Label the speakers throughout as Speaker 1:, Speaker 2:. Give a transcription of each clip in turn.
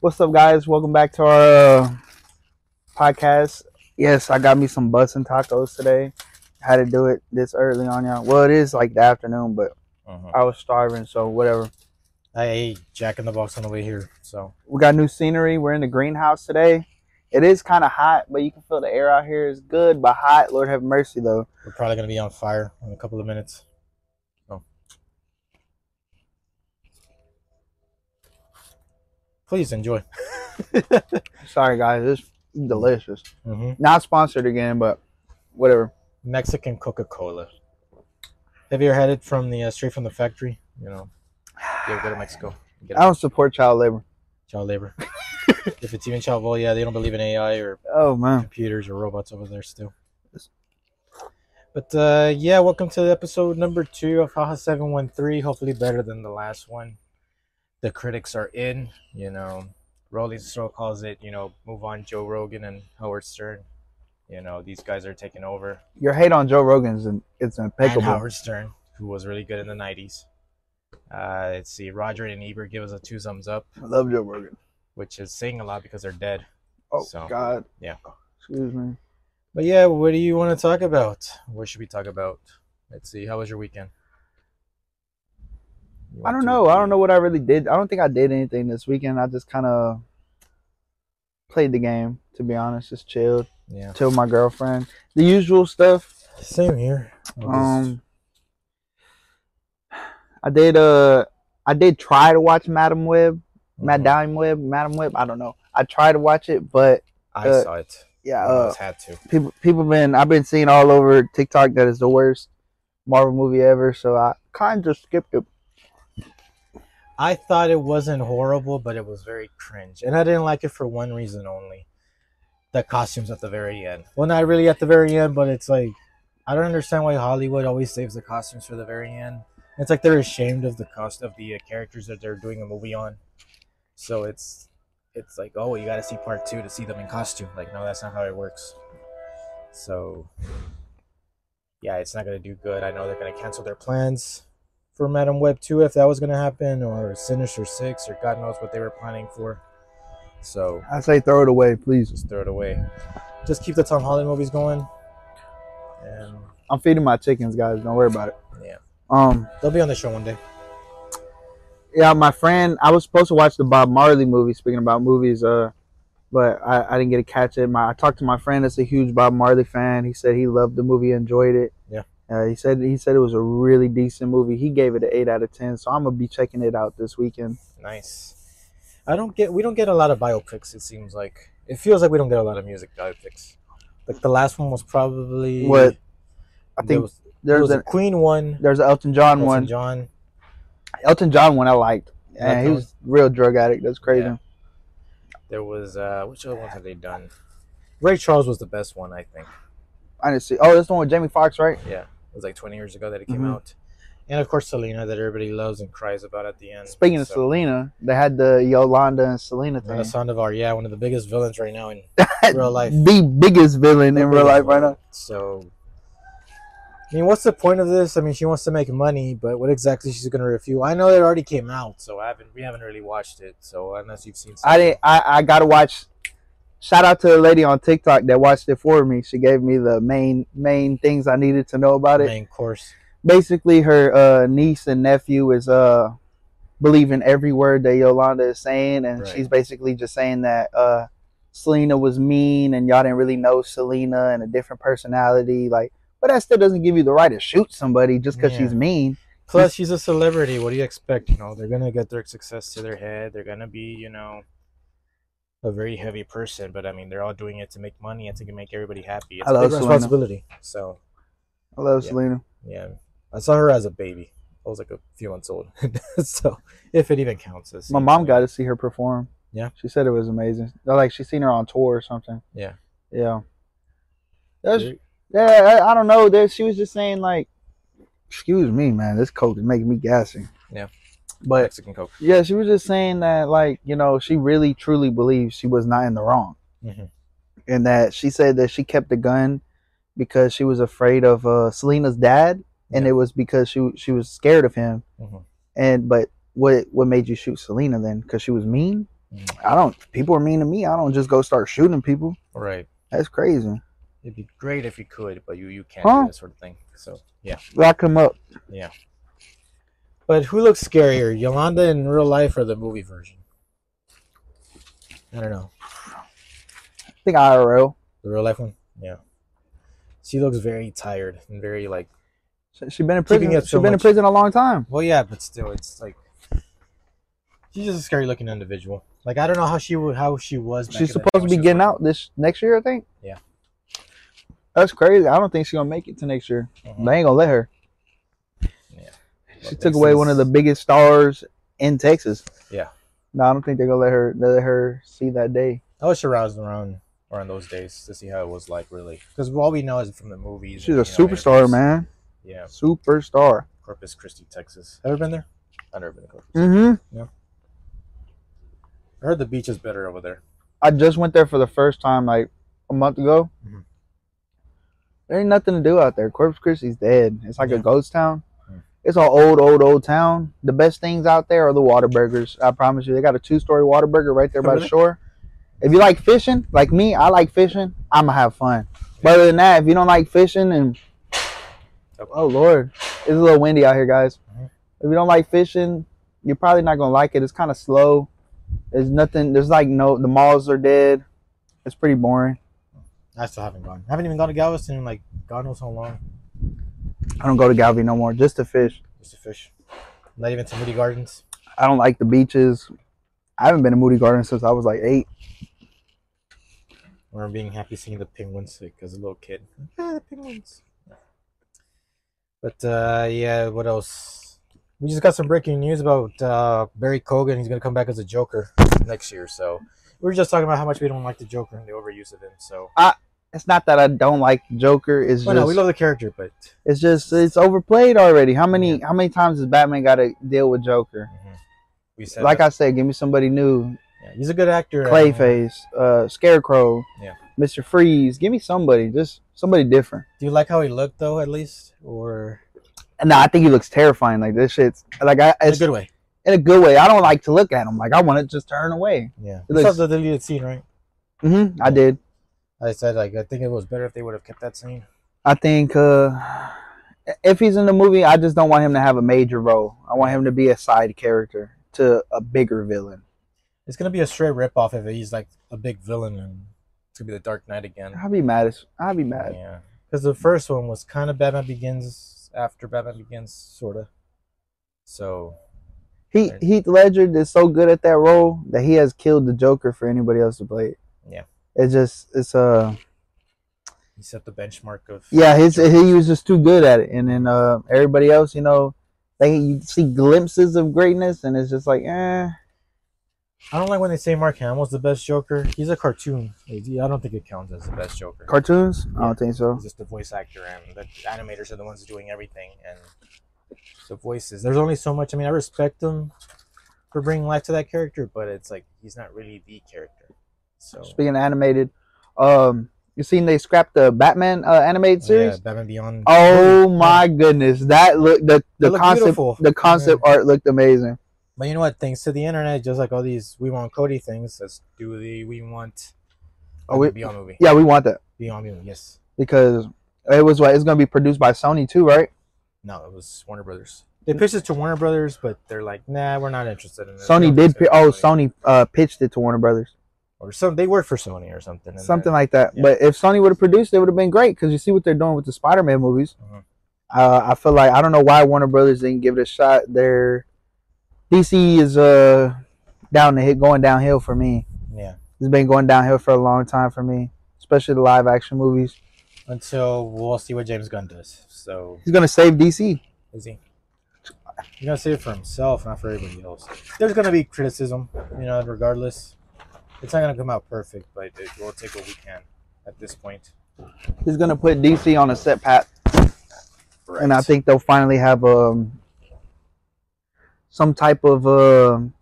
Speaker 1: What's up, guys? Welcome back to our uh, podcast. Yes, I got me some butts and tacos today. Had to do it this early on, y'all. Well, it is like the afternoon, but
Speaker 2: Uh-huh.
Speaker 1: I was starving, so whatever.
Speaker 2: I ate Jack in the Box on the way here, so
Speaker 1: We got new scenery. We're in the greenhouse today. It is kind of hot, but you can feel the air out here is good, but hot. Lord have mercy, though.
Speaker 2: we're probably gonna be on fire in a couple of minutes. So, please enjoy.
Speaker 1: Sorry, guys. It's delicious.
Speaker 2: hmm
Speaker 1: Not sponsored again, but whatever.
Speaker 2: Mexican Coca Cola. If you're headed from the uh, straight from the factory, you know, yeah, go to Mexico. Get
Speaker 1: I don't support child labor.
Speaker 2: child labor. if it's even child, well, yeah, they don't believe in AI or
Speaker 1: Oh, man.
Speaker 2: computers or robots over there still. But uh, yeah, welcome to episode number two of Haha Seven One Three. Hopefully, better than the last one. The critics are in. You know, Rolling Stone calls it. You know, move on, Joe Rogan and Howard Stern. You know, these guys are taking over.
Speaker 1: Your hate on Joe Rogan's and it's
Speaker 2: And
Speaker 1: impeccable.
Speaker 2: Howard Stern, who was really good in the '90s. Uh, let's see, Roger and Ebert give us a two thumbs up,
Speaker 1: I love Joe Rogan.
Speaker 2: which is saying a lot because they're dead.
Speaker 1: Oh
Speaker 2: So,
Speaker 1: God.
Speaker 2: yeah.
Speaker 1: Excuse me.
Speaker 2: But yeah, what do you want to talk about? What should we talk about? Let's see. How was your weekend? You
Speaker 1: I
Speaker 2: went
Speaker 1: don't
Speaker 2: to-
Speaker 1: know. I don't know what I really did. I don't think I did anything this weekend. I just kind of played the game. To be honest, just chilled,
Speaker 2: Yeah,
Speaker 1: chilled my girlfriend. The usual stuff.
Speaker 2: same here. I just-
Speaker 1: Um, I did. Uh, I did try to watch Madam Web,
Speaker 2: mhm.
Speaker 1: Madame Web, Madam Web. I don't know. I tried to watch it, but
Speaker 2: I
Speaker 1: uh,
Speaker 2: saw it.
Speaker 1: yeah,
Speaker 2: I
Speaker 1: uh,
Speaker 2: almost had to.
Speaker 1: people people been I've been seeing all over TikTok that it's the worst Marvel movie ever. So I kind of skipped it.
Speaker 2: I thought it wasn't horrible, but it was very cringe, and I didn't like it for one reason only: the costumes at the very end. Well, not really at the very end, but it's like I don't understand why Hollywood always saves the costumes for the very end. It's like they're ashamed of the cost of the uh, characters that they're doing a movie on, so it's it's like oh, you got to see part two to see them in costume. Like no, that's not how it works. So yeah, it's not gonna do good. I know they're gonna cancel their plans for Madam Web 2 if that was going to happen, or Sinister 6, or God knows what they were planning for. So
Speaker 1: I say throw it away, please.
Speaker 2: just throw it away. Just keep the Tom Holland movies going. And
Speaker 1: I'm feeding my chickens, guys. Don't worry about it.
Speaker 2: Yeah.
Speaker 1: Um.
Speaker 2: they'll be on the show one day.
Speaker 1: Yeah, my friend. I was supposed to watch the Bob Marley movie. Speaking about movies, uh, but I, I didn't get to catch it. My I talked to my friend that's a huge Bob Marley fan. He said he loved the movie, enjoyed it.
Speaker 2: Yeah.
Speaker 1: Uh, he said he said it was a really decent movie. He gave it an eight out of ten. So I'm gonna be checking it out this weekend.
Speaker 2: Nice. I don't get, we don't get a lot of biopics, it seems like. It feels like we don't get a lot of music biopics. Like the last one was probably.
Speaker 1: What? I
Speaker 2: there
Speaker 1: think
Speaker 2: was, there
Speaker 1: there's
Speaker 2: was
Speaker 1: an
Speaker 2: a Queen one,
Speaker 1: there's an Elton John
Speaker 2: Elton
Speaker 1: one.
Speaker 2: John.
Speaker 1: Elton John one I liked. And
Speaker 2: Elton
Speaker 1: he
Speaker 2: John?
Speaker 1: was a real drug addict. That's crazy.
Speaker 2: Yeah. There was, uh, which other ones have they done? Ray Charles was the best one, I think.
Speaker 1: I didn't see. Oh, this one with Jamie Foxx, right?
Speaker 2: Yeah, it was like 20 years ago that it came
Speaker 1: Mhm.
Speaker 2: out. And of course, Selena, that everybody loves and cries about at the end.
Speaker 1: Speaking of Selena, they had the Yolanda and Selena thing.
Speaker 2: Selena Sandoval, yeah, one of the biggest villains right now in real life.
Speaker 1: the biggest villain in real life right now.
Speaker 2: So, I mean, what's the point of this? I mean, she wants to make money, but what exactly she's going to review? I know it already came out, so I haven't we haven't really watched it. So unless you've seen,
Speaker 1: I didn't. I, I gotta watch. Shout out to the lady on TikTok that watched it for me. She gave me the main main things I needed to know about
Speaker 2: the
Speaker 1: it.
Speaker 2: main course.
Speaker 1: Basically, her uh, niece and nephew is uh believing every word that Yolanda is saying, and
Speaker 2: Right.
Speaker 1: she's basically just saying that uh Selena was mean, and y'all didn't really know Selena and a different personality. Like, but that still doesn't give you the right to shoot somebody just because
Speaker 2: Yeah.
Speaker 1: she's mean.
Speaker 2: Plus, she's a celebrity. What do you expect? You know, they're gonna get their success to their head. They're gonna be, you know, a very heavy person. But I mean, they're all doing it to make money and to make everybody happy. It's
Speaker 1: I love
Speaker 2: a big
Speaker 1: Selena.
Speaker 2: responsibility. So
Speaker 1: I love
Speaker 2: Yeah.
Speaker 1: Selena.
Speaker 2: yeah, I saw her as a baby. I was like a few months old. so if it even counts, as
Speaker 1: My mom got to see her perform.
Speaker 2: Yeah.
Speaker 1: She said it was amazing. Like she seen her on tour or something.
Speaker 2: Yeah.
Speaker 1: Yeah. That's yeah, I, I don't know. There she was just saying like excuse me, man, this coke is making me gassy.
Speaker 2: Yeah.
Speaker 1: But
Speaker 2: Mexican Coke.
Speaker 1: yeah, she was just saying that like, you know, she really truly believes she was not in the wrong.
Speaker 2: Mhm.
Speaker 1: And that she said that she kept the gun because she was afraid of uh, Selena's dad and
Speaker 2: Yeah.
Speaker 1: it was because she she was scared of him.
Speaker 2: Mhm.
Speaker 1: And but what what made you shoot Selena then? Because she was mean?
Speaker 2: Mm-hmm.
Speaker 1: I don't. People are mean to me. I don't just go start shooting people.
Speaker 2: Right.
Speaker 1: That's crazy.
Speaker 2: It'd be great if you could, but you you can't
Speaker 1: Huh?
Speaker 2: do that sort of thing. So yeah.
Speaker 1: Lock him up.
Speaker 2: But who looks scarier, Yolanda in real life or the movie version? I don't know.
Speaker 1: I think IRL.
Speaker 2: The real life one? Yeah. She looks very tired and very like
Speaker 1: She, she been in
Speaker 2: Keeping
Speaker 1: prison.
Speaker 2: it
Speaker 1: She
Speaker 2: so
Speaker 1: been in
Speaker 2: much.
Speaker 1: prison a long time.
Speaker 2: well yeah, but still it's like she's just a scary looking individual. Like I don't know how she would how she was. back in
Speaker 1: She's
Speaker 2: the day
Speaker 1: supposed
Speaker 2: when
Speaker 1: to
Speaker 2: she
Speaker 1: be
Speaker 2: was
Speaker 1: getting
Speaker 2: working.
Speaker 1: out this next year, I think.
Speaker 2: Yeah.
Speaker 1: That's crazy. I don't think she's gonna make it to next year.
Speaker 2: Mhm.
Speaker 1: They ain't gonna let her.
Speaker 2: Well,
Speaker 1: She
Speaker 2: this
Speaker 1: took away one of
Speaker 2: is-
Speaker 1: the biggest stars in Texas.
Speaker 2: Yeah.
Speaker 1: No, I don't think they're gonna let her let her see that day.
Speaker 2: I wish I was around around those days to see how it was like, really, because all we know is from the movies.
Speaker 1: She's a
Speaker 2: and, you know,
Speaker 1: superstar,
Speaker 2: interviews.
Speaker 1: man.
Speaker 2: Yeah,
Speaker 1: Superstar.
Speaker 2: Corpus Christi, Texas. Ever been there? I've never been to Corpus.
Speaker 1: Mm-hmm.
Speaker 2: I heard the beach is better over there.
Speaker 1: I just went there for the first time like a month ago.
Speaker 2: Mhm.
Speaker 1: There ain't nothing to do out there. Corpus Christi's dead. It's like
Speaker 2: Yeah.
Speaker 1: a ghost town.
Speaker 2: Mm.
Speaker 1: It's an old, old, old town. The best things out there are the water burgers. I promise you. They got a two story water burger right there
Speaker 2: Oh,
Speaker 1: by the
Speaker 2: really?
Speaker 1: shore. If you like fishing, like me, I like fishing, I'ma have fun. But other than that, if you don't like fishing and oh Lord. It's a little windy out here, guys.
Speaker 2: Mhm.
Speaker 1: If you don't like fishing, you're probably not gonna like it. It's kinda slow. There's nothing. There's like no. The malls are dead. It's pretty boring.
Speaker 2: I still haven't gone. I haven't even gone to Galveston in like God knows how long.
Speaker 1: I don't go to Galvey no more. Just to fish.
Speaker 2: Just to fish. Not even to Moody Gardens.
Speaker 1: I don't like the beaches. I haven't been to Moody Gardens since I was like eight.
Speaker 2: I remember being happy seeing the penguins like, as a little kid. Ah, the penguins. But uh, yeah, what else? We just got some breaking news about uh, Barry Kogan. He's going to come back as a Joker next year. So we were just talking about how much we don't like the Joker and the overuse of him. So
Speaker 1: It's not that I don't like Joker. It's
Speaker 2: well,
Speaker 1: just.
Speaker 2: no, we love the character, but
Speaker 1: it's just. It's overplayed already. How many? How many times has Batman got to deal with Joker?
Speaker 2: mhm. we said
Speaker 1: like
Speaker 2: that-
Speaker 1: I said, give me somebody new.
Speaker 2: yeah, he's a good actor. and,
Speaker 1: Clayface, uh, Scarecrow,
Speaker 2: Yeah.
Speaker 1: Mister Freeze. Give me somebody. Just somebody different.
Speaker 2: Do you like how he looked though, at least, or
Speaker 1: No, I think he looks terrifying. Like this shit's like I.
Speaker 2: in a
Speaker 1: It's,
Speaker 2: good way?
Speaker 1: in a good way. I don't like to look at him. Like I want to just turn away.
Speaker 2: Yeah,
Speaker 1: It
Speaker 2: you saw
Speaker 1: looks-
Speaker 2: the deleted scene, right?
Speaker 1: hmm I did.
Speaker 2: I said like I think it was better if they would have kept that scene.
Speaker 1: I think uh, if he's in the movie, I just don't want him to have a major role. I want him to be a side character to a bigger villain.
Speaker 2: It's gonna be a straight ripoff if he's like a big villain and it's gonna be the Dark Knight again.
Speaker 1: I'd be mad. As, I'd be mad.
Speaker 2: Yeah, because the first one was kind of Batman Begins after Batman Begins, sort of. So
Speaker 1: He Heath Ledger is so good at that role that he has killed the Joker for anybody else to play it.
Speaker 2: Yeah.
Speaker 1: It's just it's uh
Speaker 2: he set the benchmark of
Speaker 1: yeah his
Speaker 2: Joker.
Speaker 1: he was just too good at it, and then uh everybody else you know they you see glimpses of greatness and it's just like eh
Speaker 2: I don't like when they say Mark Hamill's the best Joker. He's a cartoon. Like, I don't think it counts as the best Joker.
Speaker 1: cartoons I don't think so.
Speaker 2: He's just the voice actor, and the animators are the ones doing everything, and the voices. There's only so much. I mean, I respect him for bringing life to that character, but it's like he's not really the character. So
Speaker 1: Speaking of animated, um, you seen they scrapped the Batman uh, animated
Speaker 2: yeah,
Speaker 1: series?
Speaker 2: Batman Beyond.
Speaker 1: Oh my goodness, that look the the
Speaker 2: looked
Speaker 1: concept
Speaker 2: beautiful.
Speaker 1: the concept art looked amazing.
Speaker 2: But you know what? Thanks to the internet, just like all these "We Want Cody" things, let's do the "We Want"
Speaker 1: Oh, we-
Speaker 2: Beyond movie.
Speaker 1: Yeah, we want that
Speaker 2: Beyond movie. Yes.
Speaker 1: because it was what it's gonna be produced by Sony too, right?
Speaker 2: No, it was Warner Brothers. Hmm. They pitched it to Warner Brothers, but they're like, "Nah, we're not interested in it."
Speaker 1: Sony
Speaker 2: We don't
Speaker 1: did.
Speaker 2: think
Speaker 1: Pi-
Speaker 2: it's
Speaker 1: oh,
Speaker 2: gonna be-
Speaker 1: Sony uh, pitched it to Warner Brothers,
Speaker 2: or some. They work for Sony or something. and
Speaker 1: something
Speaker 2: then-
Speaker 1: like that.
Speaker 2: yeah.
Speaker 1: But if Sony would have produced, it would have been great because you see what they're doing with the Spider-Man movies.
Speaker 2: Mhm.
Speaker 1: Uh, I feel like I don't know why Warner Brothers didn't give it a shot. Their DC is uh down the hit going downhill for me.
Speaker 2: yeah.
Speaker 1: it's been going downhill for a long time for me, especially the live action movies.
Speaker 2: until we'll see what James Gunn does. So
Speaker 1: He's gonna save DC.
Speaker 2: is he? He's gonna say it for himself, not for everybody else. There's gonna be criticism, you know, regardless. It's not gonna come out perfect, but it, we'll take what we can at this point.
Speaker 1: He's gonna put DC on a set path, and I
Speaker 2: Right.
Speaker 1: think they'll finally have um some type of um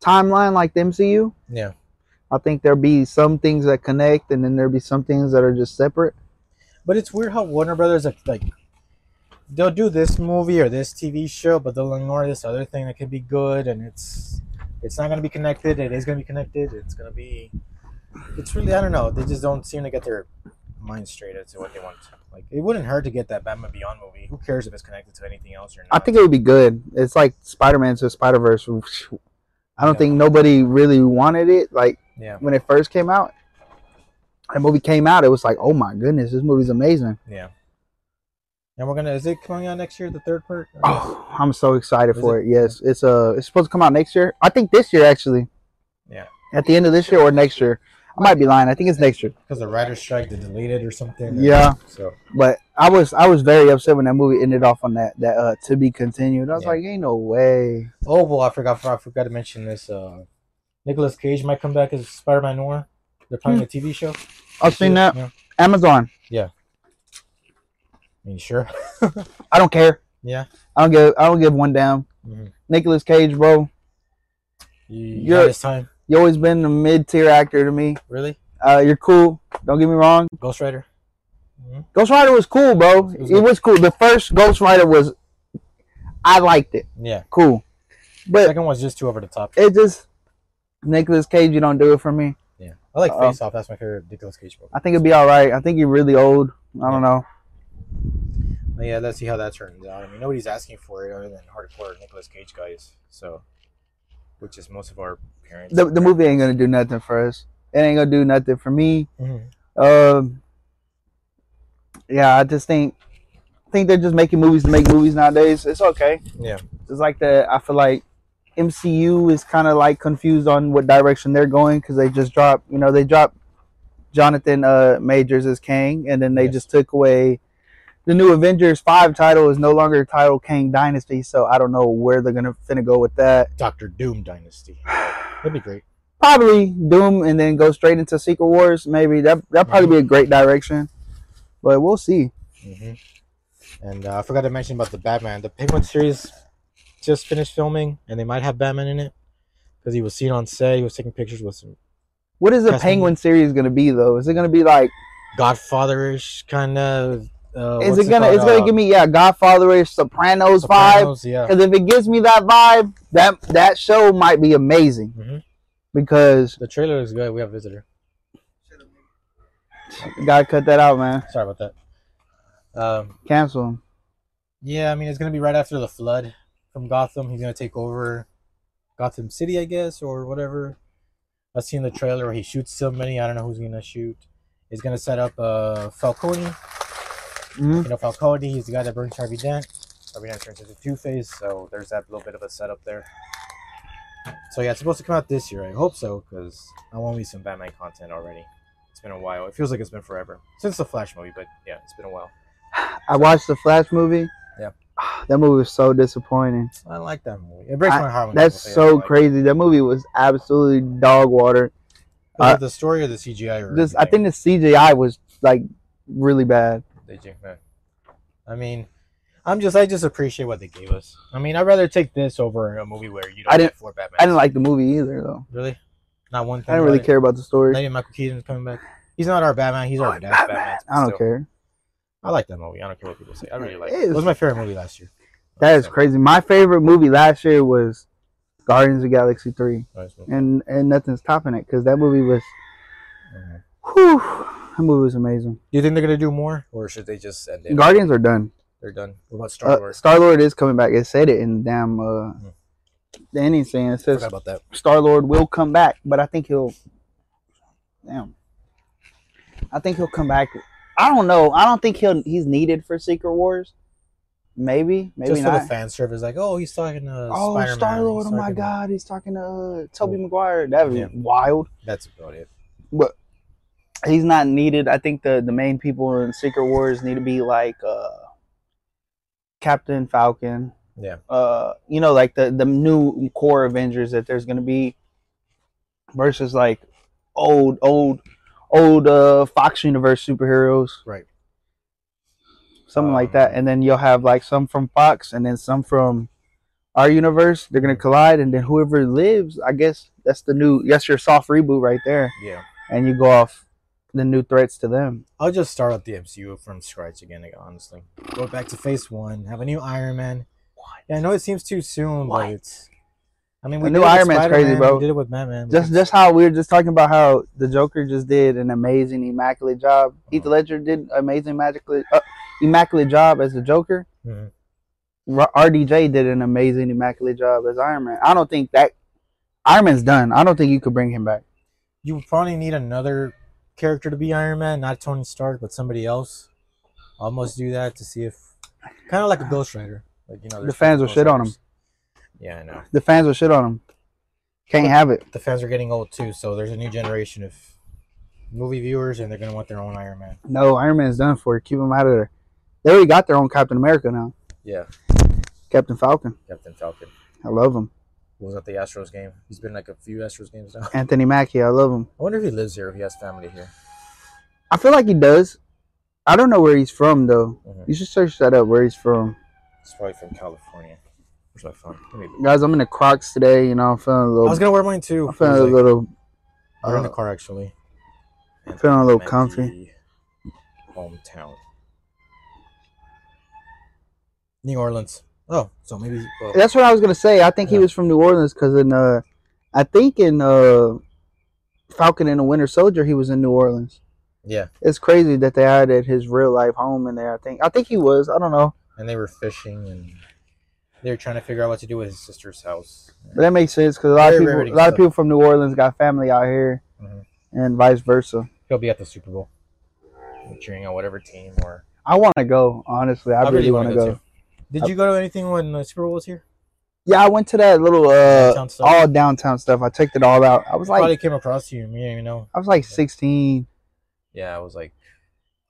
Speaker 1: timeline like the MCU.
Speaker 2: yeah,
Speaker 1: I think there'll be some things that connect, and then there'll be some things that are just separate.
Speaker 2: but it's weird how Warner Brothers like, like they'll do this movie or this TV show, but they'll ignore this other thing that could be good, and it's It's not gonna be connected. It is gonna be connected. It's gonna be. It's really I don't know. They just don't seem to get their mind straight as to what they want. Like it wouldn't hurt to get that Batman Beyond movie. Who cares if it's connected to anything else or not?
Speaker 1: I think it would be good. It's like Spider Man to Spider Verse. I don't
Speaker 2: Yeah.
Speaker 1: think nobody really wanted it. Like
Speaker 2: yeah,
Speaker 1: when it first came out, that movie came out, it was like, oh my goodness, this movie's amazing.
Speaker 2: yeah. And we're gonna. Is it coming out next year? The third part.
Speaker 1: Oh, I'm so excited
Speaker 2: Is
Speaker 1: for
Speaker 2: it?
Speaker 1: it. Yes, it's uh, it's supposed to come out next year. I think this year actually.
Speaker 2: Yeah.
Speaker 1: At the end of this year or next year, I might be lying. I think it's next year.
Speaker 2: Because the writer's strike, they deleted or something.
Speaker 1: Yeah.
Speaker 2: So
Speaker 1: But I was I was very upset when that movie ended off on that that uh to be continued. I was
Speaker 2: Yeah.
Speaker 1: like, ain't no way.
Speaker 2: oh well, I forgot. I forgot to mention this. Uh, Nicolas Cage might come back as Spider-Man Noir. They're playing a TV show.
Speaker 1: Hmm. I've seen that
Speaker 2: Yeah.
Speaker 1: Amazon.
Speaker 2: I mean, sure.
Speaker 1: I don't care.
Speaker 2: Yeah.
Speaker 1: I don't give I don't give one damn.
Speaker 2: Mhm.
Speaker 1: Nicholas Cage, bro,
Speaker 2: You, you
Speaker 1: You're-
Speaker 2: had his time,
Speaker 1: you always been a mid tier actor to me.
Speaker 2: really?
Speaker 1: Uh, you're cool. Don't get me wrong.
Speaker 2: Ghost Rider. Mm-hmm.
Speaker 1: Ghost Rider was cool, bro.
Speaker 2: It was
Speaker 1: It
Speaker 2: good.
Speaker 1: was cool. The first Ghost Rider was, I liked it.
Speaker 2: Yeah.
Speaker 1: Cool, but
Speaker 2: Second one's just too over the top.
Speaker 1: it just Nicholas Cage. You don't do it for me.
Speaker 2: Yeah. I like
Speaker 1: Uh-oh.
Speaker 2: Face Off. That's my favorite Nicolas Cage movie.
Speaker 1: I think it'd be all right. I think you're really old. I don't know.
Speaker 2: But yeah, let's see how that turns out. I mean, nobody's asking for it other than hardcore Nicolas Cage guys. So, which is most of our parents.
Speaker 1: The the movie ain't gonna do nothing for us. It ain't gonna do nothing for me.
Speaker 2: Mhm.
Speaker 1: Um, yeah, I just think I think they're just making movies to make movies nowadays. It's okay.
Speaker 2: Yeah.
Speaker 1: It's like the I feel like MCU is kind of like confused on what direction they're going because they just dropped you know they dropped Jonathan uh, Majors as Kang and then they
Speaker 2: Yes.
Speaker 1: just took away the new Avengers five title is no longer titled Kang Dynasty so I don't know where they're gonna finna go with that
Speaker 2: Doctor Doom Dynasty. That'd be great.
Speaker 1: probably Doom and then go straight into Secret Wars maybe that that probably be a great direction but we'll see
Speaker 2: hmm And uh, I forgot to mention about the Batman. The Penguin series just finished filming, and they might have Batman in it because he was seen on set. He was taking pictures with some
Speaker 1: what is the
Speaker 2: That's-
Speaker 1: Penguin series gonna be though is it gonna be like
Speaker 2: Godfatherish kind of. Uh,
Speaker 1: is
Speaker 2: what's
Speaker 1: it gonna
Speaker 2: called?
Speaker 1: it's gonna
Speaker 2: Uh,
Speaker 1: give me yeah Godfatherish Sopranos vibe
Speaker 2: Sopranos, Yeah.
Speaker 1: Because if it gives me that vibe, that that show might be amazing.
Speaker 2: Mhm.
Speaker 1: Because
Speaker 2: The trailer is good. We have a visitor.
Speaker 1: gotta cut that out, man.
Speaker 2: Sorry about that. Um,
Speaker 1: Cancel him.
Speaker 2: yeah, I mean it's gonna be right after the flood from Gotham. He's gonna take over Gotham City, I guess, or whatever. I seen the trailer where he shoots somebody. I don't know who's gonna shoot. He's gonna set up uh, Falcone.
Speaker 1: Mhm.
Speaker 2: You know Falcone. He's the guy that burns Harvey Dent. Harvey Dent turns into Two Face. So there's that little bit of a setup there. So yeah, it's supposed to come out this year. I hope so because I want me some Batman content already. It's been a while. It feels like it's been forever since the Flash movie, but yeah, it's been a while.
Speaker 1: I watched the Flash movie.
Speaker 2: Yeah.
Speaker 1: That movie was so disappointing.
Speaker 2: I like that movie. It breaks
Speaker 1: I-
Speaker 2: my heart. When
Speaker 1: That's
Speaker 2: people say they
Speaker 1: so
Speaker 2: don't like it.
Speaker 1: crazy. That movie was absolutely dog water.
Speaker 2: Was
Speaker 1: I-
Speaker 2: it the story or the CGI? Or
Speaker 1: Uh, This I think the CGI was like really bad.
Speaker 2: Did you? Yeah. I mean, I'm just I just appreciate what they gave us. I mean, I'd rather take this over a movie where you don't
Speaker 1: I
Speaker 2: get
Speaker 1: didn't-
Speaker 2: four Batman.
Speaker 1: I didn't like the movie either though.
Speaker 2: really not one thing.
Speaker 1: I didn't really
Speaker 2: about it.
Speaker 1: care about the story.
Speaker 2: Not even Michael Keaton's coming back. He's not our Batman. He's our dad's Batman.
Speaker 1: I don't
Speaker 2: still.
Speaker 1: care.
Speaker 2: I like that movie. I don't care what people say. I really like
Speaker 1: It
Speaker 2: it. It
Speaker 1: is-
Speaker 2: was my favorite movie last year.
Speaker 1: That is
Speaker 2: So,
Speaker 1: crazy. My favorite movie last year was Guardians of the Galaxy three,
Speaker 2: nice movie.
Speaker 1: and and nothing's topping it because that movie was
Speaker 2: Mhm.
Speaker 1: Whew, that movie was amazing.
Speaker 2: Do you think they're gonna do more, or should they just end it?
Speaker 1: Guardians are done.
Speaker 2: They're done. What about Star
Speaker 1: Uh,
Speaker 2: Wars?
Speaker 1: Star Lord is coming back. It said it in damn uh, the ending scene. It
Speaker 2: I
Speaker 1: says
Speaker 2: forgot about that.
Speaker 1: Star Lord will come back, but I think he'll. Damn. I think he'll come back. I don't know. I don't think he'll. He's needed for Secret Wars. Maybe. Maybe
Speaker 2: just for the
Speaker 1: not.
Speaker 2: fan service, like, oh, he's talking to
Speaker 1: Oh,
Speaker 2: Spider-Man,
Speaker 1: Star Lord!
Speaker 2: he's
Speaker 1: Oh my
Speaker 2: talking-
Speaker 1: God, he's talking to uh, Toby Maguire. That would
Speaker 2: Yeah.
Speaker 1: be wild.
Speaker 2: That's about it.
Speaker 1: but he's not needed. I think the the main people in Secret Wars need to be like uh, Captain Falcon.
Speaker 2: Yeah.
Speaker 1: Uh, you know, like the the new core Avengers that there's gonna be versus like old old old uh Fox Universe superheroes.
Speaker 2: Right.
Speaker 1: Something like
Speaker 2: Um,
Speaker 1: that, and then you'll have like some from Fox, and then some from our universe. They're gonna collide, and then whoever lives, I guess that's the new. That's your soft reboot right there
Speaker 2: Yeah.
Speaker 1: and you go off the new threats to them.
Speaker 2: I'll just start up the MCU from scratch again, like, honestly. Go back to phase one, have a new Iron Man. Yeah, I know it seems too soon, but
Speaker 1: What?
Speaker 2: it's I mean,
Speaker 1: The
Speaker 2: we
Speaker 1: new
Speaker 2: did it with
Speaker 1: Iron Man's crazy,
Speaker 2: Spider-Man,
Speaker 1: bro.
Speaker 2: We did it with Batman. We
Speaker 1: Just
Speaker 2: did-
Speaker 1: just how we were just talking about how the Joker just did an amazing, immaculate job. Heath Ledger did an amazing, magically uh, immaculate job as the Joker.
Speaker 2: Mhm.
Speaker 1: R- RDJ did an amazing, immaculate job as Iron Man. I don't think that Iron Man's done. I don't think you could bring him back.
Speaker 2: you would probably need another character to be Iron Man, not Tony Stark, but somebody else. Almost do that to see if, kind of like a Ghost Rider. Like you know, there's
Speaker 1: The fans will
Speaker 2: Ghost
Speaker 1: shit on
Speaker 2: Riders. Yeah, I know.
Speaker 1: The fans will shit on him. Can't have it.
Speaker 2: The fans are getting old too, so there's a new generation of movie viewers, and they're gonna want their own Iron Man.
Speaker 1: No, Iron Man's done for. Keep him out of there. They already got their own Captain America now.
Speaker 2: Yeah,
Speaker 1: Captain Falcon.
Speaker 2: Captain Falcon
Speaker 1: I love him.
Speaker 2: was at the Astros game. He's been like a few Astros games now. I
Speaker 1: Anthony Mackie. I love him.
Speaker 2: wonder if he lives here, if he has family here.
Speaker 1: I feel like he does. I don't know where he's from though.
Speaker 2: Mhm.
Speaker 1: You should search that up where he's from.
Speaker 2: He's probably from California. Where's my phone? Let me look.
Speaker 1: Guys, I'm in the Crocs today. You know, I'm feeling a
Speaker 2: I
Speaker 1: little.
Speaker 2: was gonna wear mine too.
Speaker 1: I'm feeling
Speaker 2: I was
Speaker 1: a
Speaker 2: like-
Speaker 1: little.
Speaker 2: We're in the
Speaker 1: uh,
Speaker 2: car actually. And
Speaker 1: feeling a little
Speaker 2: Nike
Speaker 1: comfy.
Speaker 2: Hometown. New Orleans. Oh, so maybe. Well,
Speaker 1: That's what I was gonna say. I think he
Speaker 2: Yeah.
Speaker 1: was from New Orleans because in uh, I think in uh, Falcon and the Winter Soldier he was in New Orleans.
Speaker 2: yeah,
Speaker 1: It's crazy that they added his real life home in there. I think I think he was. I don't know,
Speaker 2: and they were fishing and they were trying to figure out what to do with his sister's house.
Speaker 1: but that makes sense because a lot
Speaker 2: Very
Speaker 1: of
Speaker 2: rarity
Speaker 1: people, a lot
Speaker 2: stuff.
Speaker 1: of people from New Orleans got family out here,
Speaker 2: Mhm.
Speaker 1: and vice versa.
Speaker 2: He'll be at the Super Bowl, cheering on whatever team or.
Speaker 1: I want to go. Honestly, I, really, want to
Speaker 2: wanna
Speaker 1: go.
Speaker 2: too. Did you go to anything when the Super Bowl was here?
Speaker 1: Yeah, I went to that little uh,
Speaker 2: Downtown stuff?
Speaker 1: all downtown stuff. I checked it all out. I was like,
Speaker 2: Probably came across you. and You didn't even know.
Speaker 1: I was like 16.
Speaker 2: Yeah, I was like,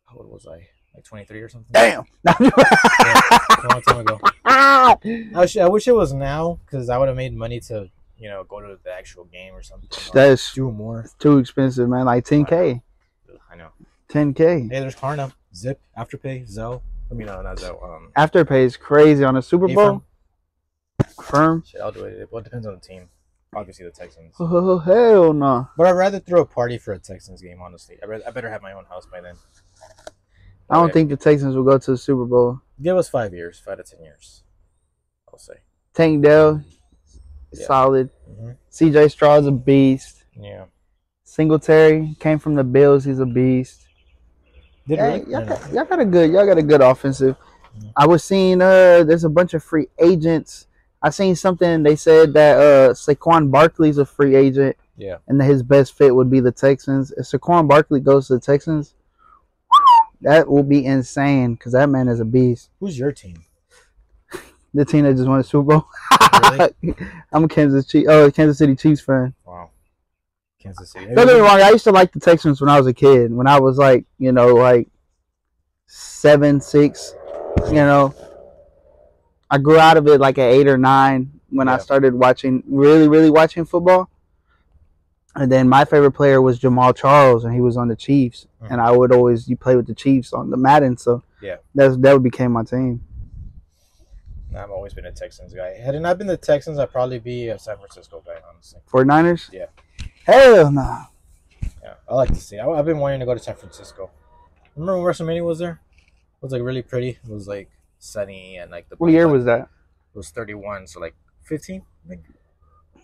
Speaker 2: how old was I? Like 23 or something.
Speaker 1: Damn.
Speaker 2: A long time ago. I wish, I wish it was now because I would have made money to, you know, go to the actual game or something. or
Speaker 1: That's
Speaker 2: do more.
Speaker 1: too expensive, man. Like 10k,
Speaker 2: I know.
Speaker 1: 10k.
Speaker 2: Hey, there's Klarna, Zip, Afterpay, Zelle. I mean, no, not Zelle. Um,
Speaker 1: Afterpay is crazy on a Super
Speaker 2: Affirm.
Speaker 1: Bowl. Firm.
Speaker 2: Shit, I'll do it. Well, it depends on the team. Obviously, the Texans.
Speaker 1: Oh, hell no.
Speaker 2: But I'd rather throw a party for a Texans game, honestly. I, bet I better have my own house by then.
Speaker 1: I don't
Speaker 2: Okay.
Speaker 1: think the Texans will go to the Super Bowl.
Speaker 2: Give us five years, five to ten years. I'll say.
Speaker 1: Tank Dell,
Speaker 2: Yeah.
Speaker 1: solid.
Speaker 2: Mhm.
Speaker 1: CJ Straw's a beast.
Speaker 2: Yeah.
Speaker 1: Singletary came from the Bills. He's a beast.
Speaker 2: Did
Speaker 1: Yeah,
Speaker 2: really?
Speaker 1: y'all,
Speaker 2: No, no.
Speaker 1: got, y'all got a good y'all got a good offensive. I was seeing uh there's a bunch of free agents. I seen something they said that uh Saquon Barkley's a free agent
Speaker 2: Yeah.
Speaker 1: and that his best fit would be the Texans. If Saquon Barkley goes to the Texans, that will be insane because that man is a beast.
Speaker 2: Who's your team?
Speaker 1: The team that just won the Super Bowl.
Speaker 2: Really?
Speaker 1: I'm a Kansas Chief, oh Kansas City Chiefs fan.
Speaker 2: wow. Kansas City.
Speaker 1: Don't get me wrong, I used to like the Texans when I was a kid. When I was like, you know, like seven, six, you know. I grew out of it like at eight or nine when I
Speaker 2: Yeah.
Speaker 1: started watching really, really watching football. And then my favorite player was Jamal Charles and he was on the Chiefs. And I would always you play with the Chiefs on the Madden, so
Speaker 2: Mm. Yeah.
Speaker 1: that's that became my team.
Speaker 2: I've always been a Texans guy. Had it not been the Texans, I'd probably be a San Francisco guy, honestly.
Speaker 1: 49ers?
Speaker 2: Yeah.
Speaker 1: Hell no.
Speaker 2: Yeah, I like to see. I, I've been wanting to go to San Francisco. Remember when WrestleMania was there? It was like really pretty. It was like sunny and like the.
Speaker 1: What year was that?
Speaker 2: It was thirty one, so like fifteen, I think,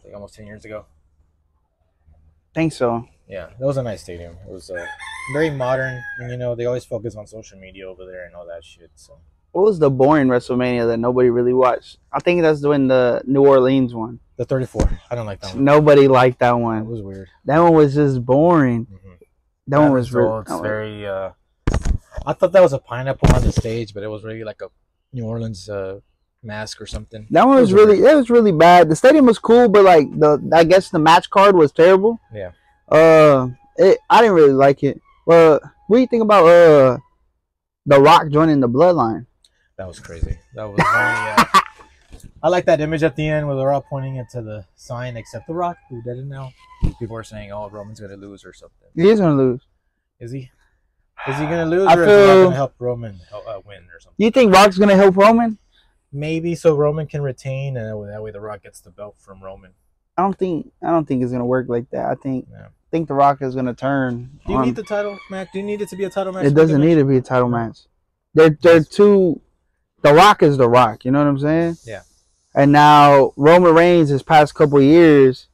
Speaker 2: like almost ten years ago.
Speaker 1: think so.
Speaker 2: Yeah, that was a nice stadium. It was uh, very modern, and you know they always focus on social media over there and all that shit. So
Speaker 1: What was the boring WrestleMania that nobody really watched? I think that's when the New Orleans one.
Speaker 2: the thirty four, I don't like that one.
Speaker 1: Nobody liked that
Speaker 2: That
Speaker 1: one.
Speaker 2: was weird.
Speaker 1: That one was just boring.
Speaker 2: Mm-hmm.
Speaker 1: That one was real.
Speaker 2: It's very. Uh, I thought that was a pineapple on the stage, but it was really like a New Orleans uh, mask or something.
Speaker 1: That one was
Speaker 2: Those are
Speaker 1: really. It was really bad. The stadium was cool, but like the I guess the match card was terrible.
Speaker 2: Yeah.
Speaker 1: Uh, it I didn't really like it. Well, what do you think about uh, The Rock joining the Bloodline?
Speaker 2: That was crazy. That was. Really, uh, I like that image at the end where they're all pointing it to the sign, except The Rock, who didn't know. People are saying, "Oh, Roman's gonna lose or something."
Speaker 1: He's gonna lose.
Speaker 2: Is he? Is he gonna lose,
Speaker 1: I
Speaker 2: or is The Rock
Speaker 1: feel-
Speaker 2: gonna help Roman uh, win or something?
Speaker 1: You think Rock's gonna help Roman?
Speaker 2: Maybe so Roman can retain, and that way, that way The Rock gets the belt from Roman.
Speaker 1: I don't think. I don't think it's gonna work like that. I think.
Speaker 2: Yeah.
Speaker 1: I think The Rock is gonna turn.
Speaker 2: Do you
Speaker 1: on-
Speaker 2: need the title match? Do you need it to be a title match?
Speaker 1: It doesn't need to be a title match. They're they're too. The Rock is the Rock. You know what I'm saying?
Speaker 2: Yeah.
Speaker 1: And now Roman Reigns, his past couple years,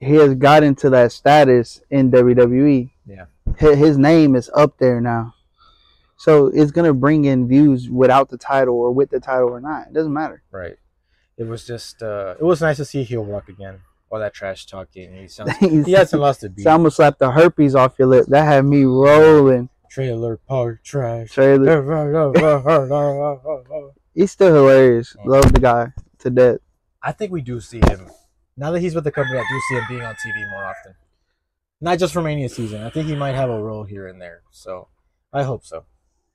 Speaker 1: he has gotten to that status in WWE.
Speaker 2: Yeah.
Speaker 1: Hi- His name is up there now. So it's going to bring in views without the title or with the title or not. It doesn't matter.
Speaker 2: Right. It was just. uh It was nice to see heel walk again. All that trash talking. He sounds.
Speaker 1: He's-
Speaker 2: he hasn't lost a beat.
Speaker 1: So I'm going to slap the herpes off your lip. That had me rolling.
Speaker 2: Trailer park trash.
Speaker 1: Trailer.
Speaker 2: I
Speaker 1: He's still hilarious. Love the guy to death.
Speaker 2: think we do see him now that he's with the company. I do see him being on TV more often, not just for Mania season. I think he might have a role here and there. So I hope so.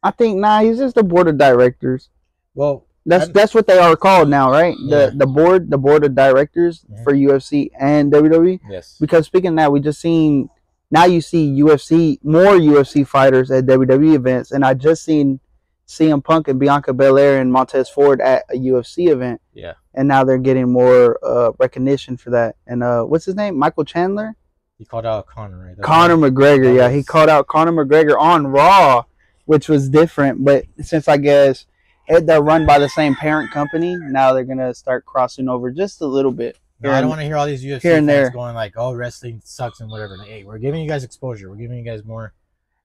Speaker 1: I think, nah, he's just the board of directors.
Speaker 2: Well,
Speaker 1: That's
Speaker 2: I'm-
Speaker 1: that's what they are called now, right?
Speaker 2: Yeah.
Speaker 1: The the board, the board of directors
Speaker 2: Mhm.
Speaker 1: for UFC and WWE.
Speaker 2: yes,
Speaker 1: Because speaking of that, we just seen now you see UFC more UFC fighters at WWE events, and I just seen CM Punk and Bianca Belair and Montez Ford at a UFC event,
Speaker 2: yeah,
Speaker 1: and now they're getting more uh, recognition for that. And uh, what's his name? Michael Chandler,
Speaker 2: he called out Connor, right? That's
Speaker 1: Conor
Speaker 2: right.
Speaker 1: McGregor. Yeah,
Speaker 2: Yes.
Speaker 1: he called out Conor McGregor on Raw, which was different. But since I guess it, they're run by the same parent company, now they're gonna start crossing over just a little bit.
Speaker 2: No, I don't want to hear all these UFC
Speaker 1: Here and
Speaker 2: fans
Speaker 1: there.
Speaker 2: going like, "Oh, wrestling sucks" and whatever. Like, hey, we're giving you guys exposure. We're giving you guys more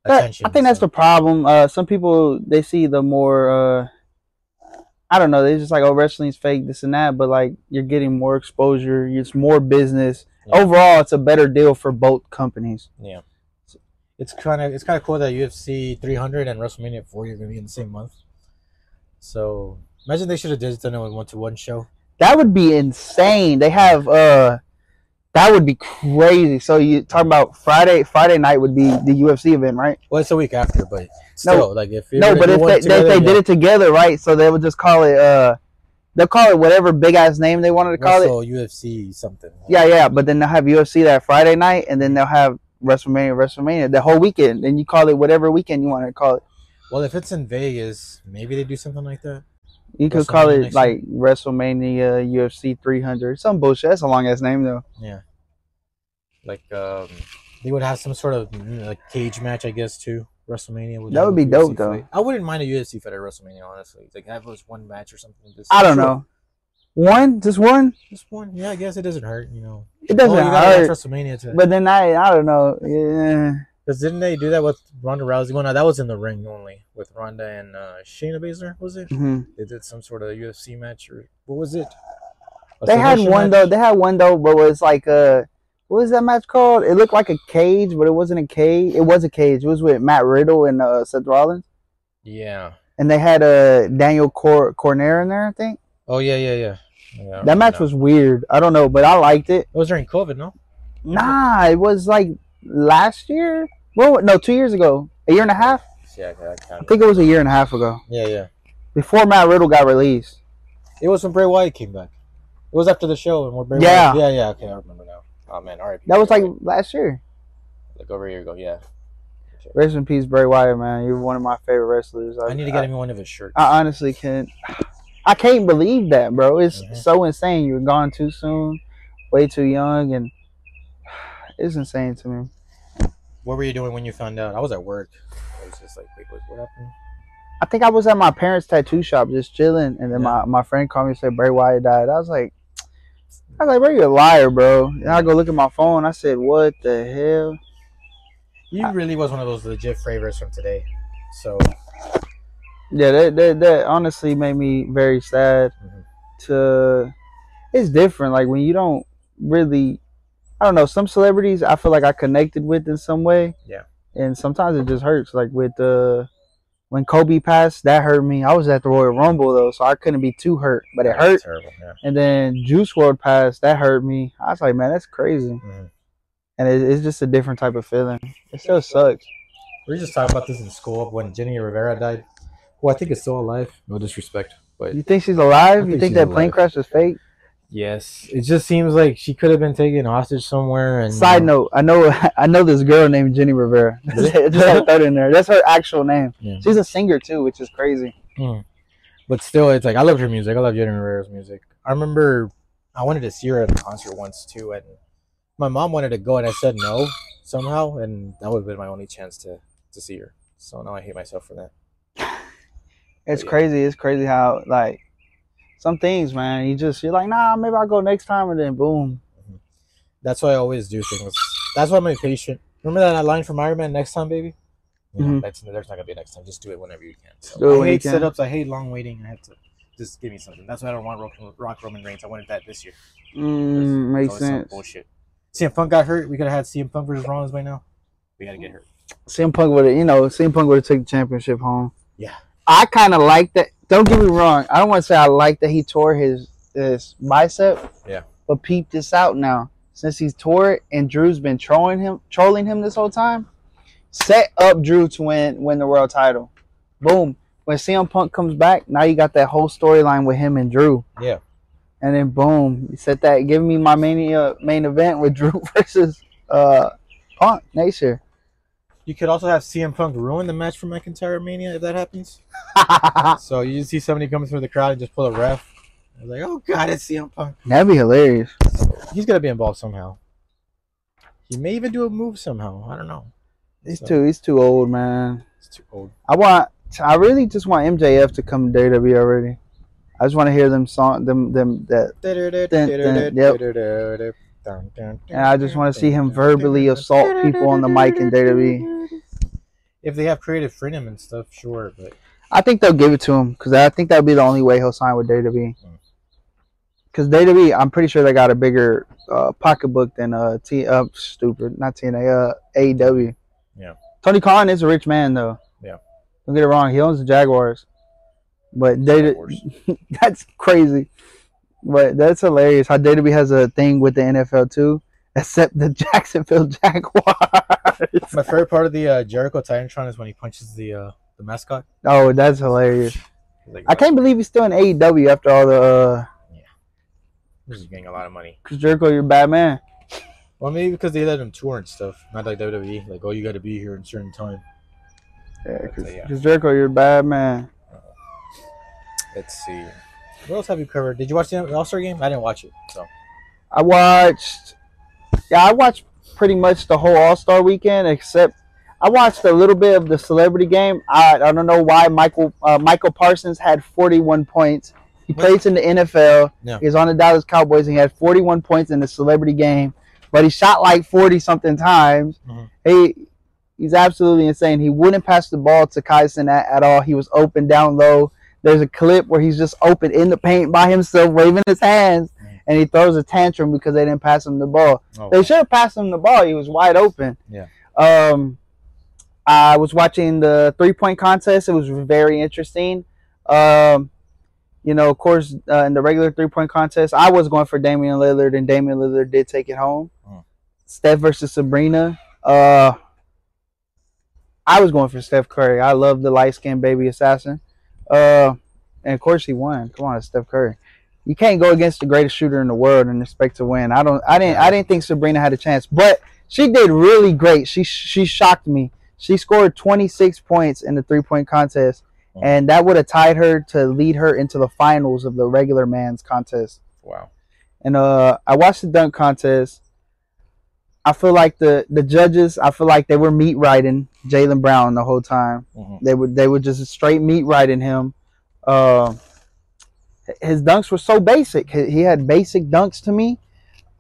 Speaker 1: That-
Speaker 2: attention.
Speaker 1: I think that's
Speaker 2: so-
Speaker 1: the problem. Uh, some people they see the more uh, I don't know. They just like oh wrestling's fake this and that, but like you're getting more exposure. It's more business.
Speaker 2: Yeah.
Speaker 1: Overall, it's a better deal for both companies.
Speaker 2: yeah. It's kind of it's kind of cool that UFC 300 and WrestleMania 4 you're gonna be in the same month. So imagine they should have just done it with one to one show.
Speaker 1: That would be insane. They have uh, that would be crazy. So you talking about Friday? Friday night would be the UFC event, right?
Speaker 2: Well, it's a week after, but still, like if you
Speaker 1: No,
Speaker 2: were to
Speaker 1: but
Speaker 2: do
Speaker 1: if
Speaker 2: one
Speaker 1: they,
Speaker 2: together,
Speaker 1: they, they did
Speaker 2: yeah,
Speaker 1: it together, right? So they would just call it uh, they'll call it whatever big ass name they wanted to call it.
Speaker 2: Wrestle UFC something.
Speaker 1: Yeah, yeah, but then they'll have UFC that Friday night, and then they'll have WrestleMania, WrestleMania the whole weekend, and you call it whatever weekend you want to call it.
Speaker 2: Well, if it's in Vegas, maybe they do something like that.
Speaker 1: You could call
Speaker 2: WrestleMania
Speaker 1: it
Speaker 2: next
Speaker 1: like WrestleMania UFC 300, some bullshit. That's a long ass name though.
Speaker 2: Yeah. Like um, they would have some sort of mm, like cage match, I guess, too. WrestleMania. Would
Speaker 1: That
Speaker 2: have
Speaker 1: would be
Speaker 2: a
Speaker 1: dope,
Speaker 2: UFC
Speaker 1: though.
Speaker 2: fight. I wouldn't mind a UFC fight at WrestleMania, honestly. Like have us one match or something. Just,
Speaker 1: I don't
Speaker 2: Sure.
Speaker 1: know. One, just one.
Speaker 2: Just one. Yeah, I guess it doesn't hurt, you know.
Speaker 1: It doesn't
Speaker 2: oh, you gotta
Speaker 1: hurt.
Speaker 2: watch WrestleMania to
Speaker 1: But then I, I don't know. Yeah.
Speaker 2: because didn't they do that with Ronda Rousey? Well, no, that was in the ring only with Ronda and uh, Shayna Baszler, was it?
Speaker 1: hmm
Speaker 2: They did some sort of UFC match or what was it? A
Speaker 1: They had
Speaker 2: submission
Speaker 1: one
Speaker 2: match?
Speaker 1: though. They had one though, but was like a what was that match called? It looked like a cage, but it wasn't a cage. It was a cage. It was with Matt Riddle and uh, Seth Rollins.
Speaker 2: Yeah.
Speaker 1: and they had uh, Daniel Cor- Corner in there. I think
Speaker 2: Oh yeah, yeah, yeah. yeah
Speaker 1: that match was weird. I don't know, but I liked it.
Speaker 2: It was during COVID, no?
Speaker 1: Nah, it was like last year. Well, no, two years ago, a year and a half.
Speaker 2: Yeah, I can't
Speaker 1: I think it was a year and a half ago,
Speaker 2: Yeah, yeah.
Speaker 1: before Matt Riddle got released.
Speaker 2: It was when Bray Wyatt came back. It was after the show and we're Bray
Speaker 1: Yeah.
Speaker 2: Wyatt. Yeah, yeah. Okay, I remember now. Oh man, all right.
Speaker 1: That was like last year.
Speaker 2: like over a year ago. Yeah.
Speaker 1: Rest in peace, Bray Wyatt, man. You're one of my favorite wrestlers.
Speaker 2: I need to get him one of his shirts.
Speaker 1: I, honestly can't. I can't believe that, bro. It's
Speaker 2: Mhm.
Speaker 1: so insane. You're gone too soon, way too young, and it's insane to me.
Speaker 2: what were you doing when you found out? I was at work. I was just like, wait, what, what happened?
Speaker 1: I think I was at my parents' tattoo shop just chilling, and then my, my friend called me and said Bray Wyatt died. I was like, I was like, bro, you a liar, bro. And I go look at my phone. I said, what the hell?
Speaker 2: You really was one of those legit favorites from today. So
Speaker 1: Yeah, that that, that honestly made me very sad.
Speaker 2: Mhm.
Speaker 1: To it's different, like when you don't really, I don't know. Some celebrities I feel like I connected with in some way.
Speaker 2: Yeah.
Speaker 1: And sometimes it just hurts. Like with uh, when Kobe passed, that hurt me. I was at the Royal Rumble though, so I couldn't be too hurt, but it
Speaker 2: That's
Speaker 1: hurt.
Speaker 2: Terrible. Yeah.
Speaker 1: And then Juice World passed. That hurt me. I was like, man, that's crazy.
Speaker 2: Mhm.
Speaker 1: And it, it's just a different type of feeling. It still sucks.
Speaker 2: We were just talking about this in school when Jenny Rivera died. Who I think is still alive. No disrespect, but
Speaker 1: You think she's alive?
Speaker 2: I
Speaker 1: you
Speaker 2: think
Speaker 1: think
Speaker 2: she's
Speaker 1: that plane
Speaker 2: alive.
Speaker 1: crash was fake?
Speaker 2: yes, it just seems like she could have been taken hostage somewhere. And uh,
Speaker 1: Side note: I know I know this girl named Jenny Rivera. just had to throw it in there. That's her actual name.
Speaker 2: Yeah.
Speaker 1: She's a singer too, which is crazy.
Speaker 2: but still, it's like I love her music. I love Jenny Rivera's music. I remember I wanted to see her at a concert once too, and my mom wanted to go, and I said no somehow, and that would have been my only chance to to see her. So now I hate myself for that.
Speaker 1: It's
Speaker 2: Yeah.
Speaker 1: crazy. It's crazy how like some things, man, you just you're like, nah, maybe I'll go next time, and then boom.
Speaker 2: That's why I always do things. That's why I'm impatient. Remember that line from Iron Man? Next time, baby. Yeah,
Speaker 1: Mhm.
Speaker 2: that's there's not gonna be a next time. Just do it whenever you can. So
Speaker 1: Do it
Speaker 2: I
Speaker 1: when you
Speaker 2: hate
Speaker 1: can.
Speaker 2: setups. I hate long waiting. I have to just give me something. That's why I don't want Rock, Rock Roman Reigns. I wanted that this year.
Speaker 1: Mm,
Speaker 2: It's
Speaker 1: makes
Speaker 2: always some
Speaker 1: sense.
Speaker 2: Bullshit. CM Punk got hurt. We could have had CM Punk versus Rollins by now. We gotta get hurt.
Speaker 1: CM Punk would have, you know, CM Punk would have took the championship home.
Speaker 2: Yeah.
Speaker 1: I kind of like that. Don't get me wrong. I don't want to say I like that he tore his his bicep.
Speaker 2: Yeah.
Speaker 1: But peep this out now. Since he's tore it and Drew's been trolling him, trolling him this whole time, set up Drew to win win the world title. Boom. When CM Punk comes back, now you got that whole storyline with him and Drew.
Speaker 2: Yeah.
Speaker 1: And then boom, you set that. Give me my mania main event with Drew versus uh, Punk next year.
Speaker 2: You could also have CM Punk ruin the match for McIntyre Mania if that happens. So you see somebody coming through the crowd and just pull a ref. I was like, oh god, it's CM Punk.
Speaker 1: That'd be hilarious.
Speaker 2: He's gonna be involved somehow. He may even do a move somehow. I don't know.
Speaker 1: He's
Speaker 2: So-
Speaker 1: too he's too old, man.
Speaker 2: It's too old.
Speaker 1: I want I really just want MJF to come to WWE already. I just want to hear them song them them that and I just want to see him verbally assault people on the mic in WWE.
Speaker 2: If they have creative freedom and stuff, sure, but
Speaker 1: I think they'll give it to him because I think that'll be the only way he'll sign with WWE.
Speaker 2: Hmm.
Speaker 1: Because WWE, I'm pretty sure they got a bigger uh, pocketbook than uh T uh, stupid not TNA uh AEW.
Speaker 2: Yeah.
Speaker 1: Tony Khan is a rich man though.
Speaker 2: Yeah.
Speaker 1: Don't get it wrong. He owns the Jaguars, but they that's crazy. But that's hilarious how WWE has a thing with the NFL too, except the Jacksonville Jaguars.
Speaker 2: my favorite part of the uh, Jericho Titantron is when he punches the uh, the mascot.
Speaker 1: oh, that's hilarious.
Speaker 2: Like,
Speaker 1: I can't believe he's still in AEW after all the uh,
Speaker 2: This is getting a lot of money.
Speaker 1: Chris Jericho, you're bad man.
Speaker 2: Well, maybe because they let him tour and stuff, not like WWE. Like, oh, you got to be here in certain time.
Speaker 1: Yeah,
Speaker 2: That's
Speaker 1: Chris,
Speaker 2: a, yeah.
Speaker 1: Chris Jericho, you're bad man.
Speaker 2: Let's see. What else have you covered? Did you watch the All Star game? I didn't watch it. So
Speaker 1: I watched, yeah, I watched pretty much the whole All Star weekend except I watched a little bit of the celebrity game. I, I don't know why Michael uh, Michael Parsons had 41 points. He
Speaker 2: What?
Speaker 1: plays in the NFL.
Speaker 2: Yeah.
Speaker 1: He's on the Dallas Cowboys and he had 41 points in the celebrity game, but he shot like 40 something times.
Speaker 2: Mhm.
Speaker 1: He he's absolutely insane. He wouldn't pass the ball to Kyson at, at all. He was open down low. There's a clip where he's just open in the paint by himself, waving his hands,
Speaker 2: Mhm.
Speaker 1: and he throws a tantrum because they didn't pass him the ball.
Speaker 2: oh,
Speaker 1: They should have passed him the ball. He was wide open.
Speaker 2: Yeah.
Speaker 1: Um, I was watching the three point contest. It was very interesting. Um, you know, of course, uh, in the regular three point contest, I was going for Damian Lillard, and Damian Lillard did take it home.
Speaker 2: Mm.
Speaker 1: Steph versus Sabrina. Uh, I was going for Steph Curry. I love the light skinned baby assassin. Uh, and of course, he won. Come on, it's Steph Curry you can't go against the greatest shooter in the world and expect to win. I don't. I didn't. I didn't think Sabrina had a chance, but she did really great. She she shocked me. She scored 26 points in the three point contest, and that would have tied her to lead her into the finals of the regular man's contest.
Speaker 2: wow.
Speaker 1: And uh, I watched the dunk contest. I feel like the the judges. I feel like they were meat riding Jalen Brown the whole time.
Speaker 2: Mhm.
Speaker 1: They would they would just straight meat riding him. Um, his dunks were so basic. He, he had basic dunks to me.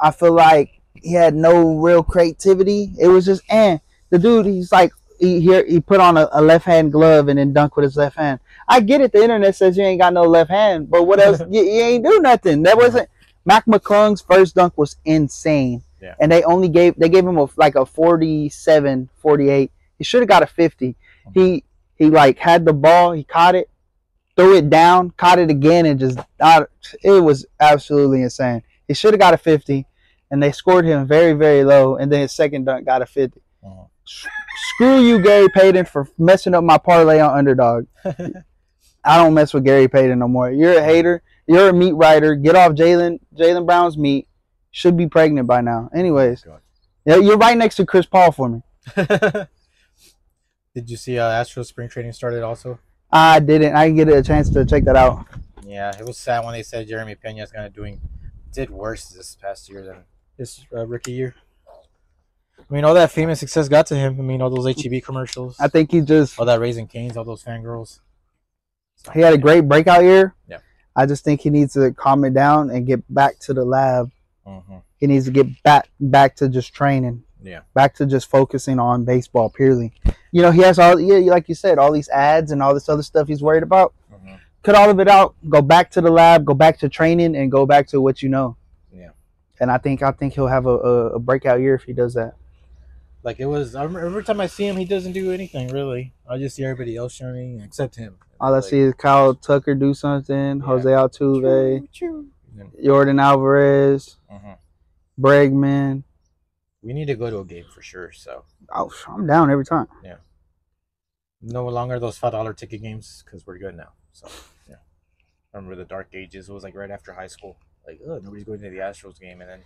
Speaker 1: I feel like he had no real creativity. It was just and the dude he's like he here he put on a, a left hand glove and then dunk with his left hand. I get it. The internet says you ain't got no left hand, but what else? you, you ain't do nothing. That wasn't Mac McClung's first dunk was insane.
Speaker 2: Yeah.
Speaker 1: And they only gave they gave him a, like a 47, 48. He should have got a 50. He he like had the ball, he caught it, threw it down, caught it again, and just I, it was absolutely insane. He should have got a fifty, and they scored him very very low, and then his second dunk got a fifty.
Speaker 2: Mhm.
Speaker 1: S- Screw you, Gary Payton, for messing up my parlay on underdog. I don't mess with Gary Payton no more. You're a hater. You're a meat rider. Get off Jalen Jalen Brown's meat. Should be pregnant by now. Anyways,
Speaker 2: God.
Speaker 1: yeah, you're right next to Chris Paul for me.
Speaker 2: Did you see uh, Astros spring training started also?
Speaker 1: I didn't. I didn't get a chance to check that out.
Speaker 2: Yeah, it was sad when they said Jeremy Pena's kind of doing did worse this past year than this uh, rookie year. I mean, all that fame and success got to him. I mean, all those HEB commercials,
Speaker 1: I think he just
Speaker 2: all that raising canes, all those fangirls. So,
Speaker 1: He had a
Speaker 2: yeah.
Speaker 1: great breakout year.
Speaker 2: Yeah.
Speaker 1: I just think he needs to calm it down and get back to the lab.
Speaker 2: hmm
Speaker 1: He needs to get back back to just training,
Speaker 2: Yeah.
Speaker 1: back to just focusing on baseball purely. You know, he has all yeah, like you said, all these ads and all this other stuff he's worried about.
Speaker 2: hmm
Speaker 1: cut all of it out, go back to the lab, go back to training, and go back to what you know.
Speaker 2: Yeah.
Speaker 1: And I think I think he'll have a, a, a breakout year if he does that.
Speaker 2: Like it was. I remember, every time I see him, he doesn't do anything really. I just see everybody else shining except him.
Speaker 1: All I
Speaker 2: Like,
Speaker 1: see is Kyle Tucker do something,
Speaker 2: Yeah.
Speaker 1: Jose Altuve,
Speaker 2: choo, choo.
Speaker 1: Jordan Alvarez,
Speaker 2: Mhm.
Speaker 1: Bregman.
Speaker 2: We need to go to a game for sure. So
Speaker 1: Oh, sh- I'm down every time.
Speaker 2: no longer those five dollar ticket games because we're good now. So yeah, I remember the dark ages. It was like right after high school. Like oh, nobody's going to the Astros game, and then